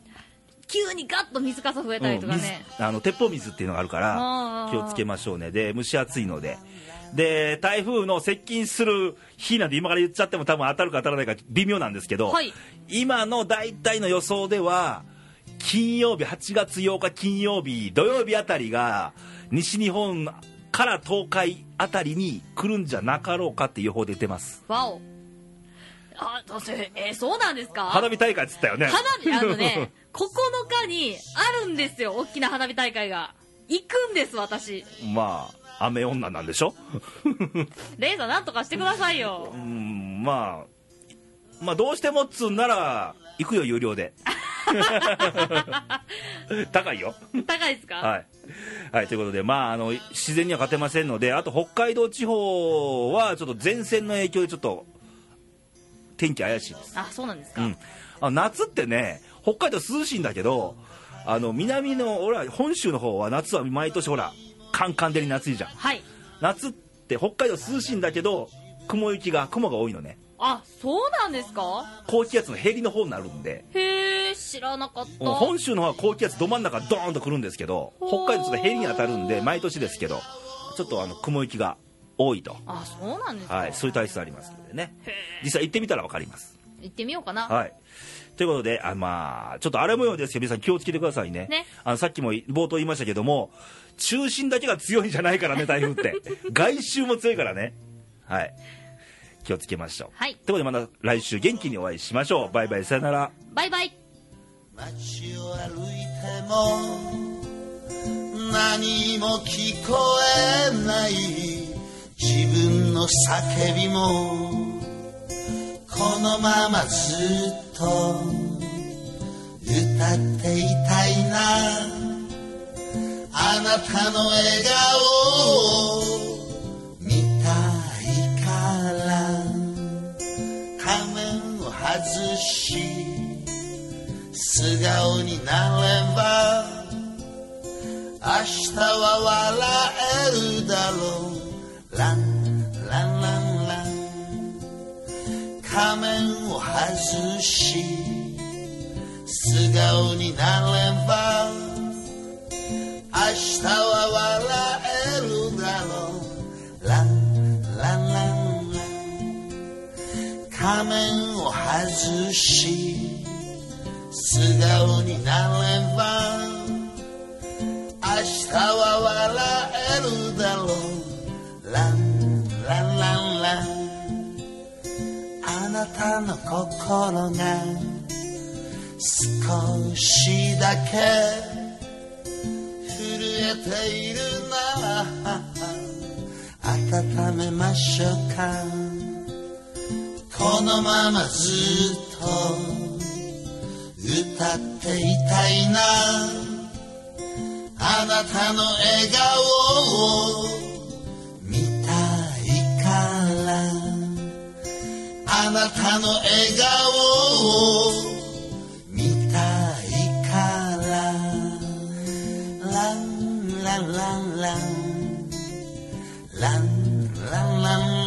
[SPEAKER 2] 急にガッと水かさ増えたりとかね、
[SPEAKER 1] うん水あの鉄砲水っていうのがあるから
[SPEAKER 2] あー
[SPEAKER 1] 気をつけましょうねで蒸し暑いのでで台風の接近する日なんで今から言っちゃっても多分当たるか当たらないか微妙なんですけど、
[SPEAKER 2] はい
[SPEAKER 1] 今の大体の予想では金曜日8月8日金曜日土曜日あたりが西日本から東海あたりに来るんじゃなかろうかっていう予報で出てます
[SPEAKER 2] わおあどうせえーそうなんですか
[SPEAKER 1] 花火大会っつったよね
[SPEAKER 2] 花火あのね9日にあるんですよ大きな花火大会が行くんです私
[SPEAKER 1] まあ雨女なんでしょ
[SPEAKER 2] レイさんなんとかしてくださいよ
[SPEAKER 1] うんまあまあどうしてもっつうんなら行くよ有料で高いよ
[SPEAKER 2] 高いですか、
[SPEAKER 1] はい、はい、ということで、まあ、あの自然には勝てませんのであと北海道地方はちょっと前線の影響でちょっと天気怪しいです、
[SPEAKER 2] あそうなんです
[SPEAKER 1] う
[SPEAKER 2] か、
[SPEAKER 1] ん、あ夏ってね北海道涼しいんだけどあの南の俺ら本州の方は夏は毎年ほらカンカン照り夏いじゃん
[SPEAKER 2] はい
[SPEAKER 1] 夏って北海道涼しいんだけど雲行きが雲が多いのね
[SPEAKER 2] あそうなんですか
[SPEAKER 1] 高気圧のへりの方になるんで
[SPEAKER 2] へえ知らなかった
[SPEAKER 1] うん本州の方は高気圧ど真ん中ドーンと来るんですけど
[SPEAKER 2] ほう
[SPEAKER 1] 北海道ちょっとへりに当たるんで毎年ですけどちょっとあの雲行きが多いと、
[SPEAKER 2] あそうなんですか、
[SPEAKER 1] はい、そういう体質ありますのでね
[SPEAKER 2] へ
[SPEAKER 1] 実際行ってみたら分かります、
[SPEAKER 2] え行ってみようかな
[SPEAKER 1] はい、ということであまあちょっと荒れ模様ですけど皆さん気をつけてくださいね
[SPEAKER 2] ね
[SPEAKER 1] あのさっきも冒頭言いましたけども中心だけが強いんじゃないからね台風って 外周も強いからねはい気をつけましょう、
[SPEAKER 2] はい
[SPEAKER 1] ということでまた来週元気にお会いしましょうバイバイさよなら
[SPEAKER 2] バイバイ
[SPEAKER 3] 街を歩いても何も聞こえない自分の叫びもこのままずっと歌っていたいなあなたの笑顔を見たいから仮面を外し素顔になれば明日は笑えるだろうランランランラン仮面を外し素顔になれば明日は笑えるだろうランランランラン仮面を外し素顔になれば明日は笑えるだろうランランランランあなたの心が少しだけ震えているなら温めましょうかこのままずっと歌っていたいなああなたの笑顔を見たいからあなたの笑顔を見たいからランランランランランランラン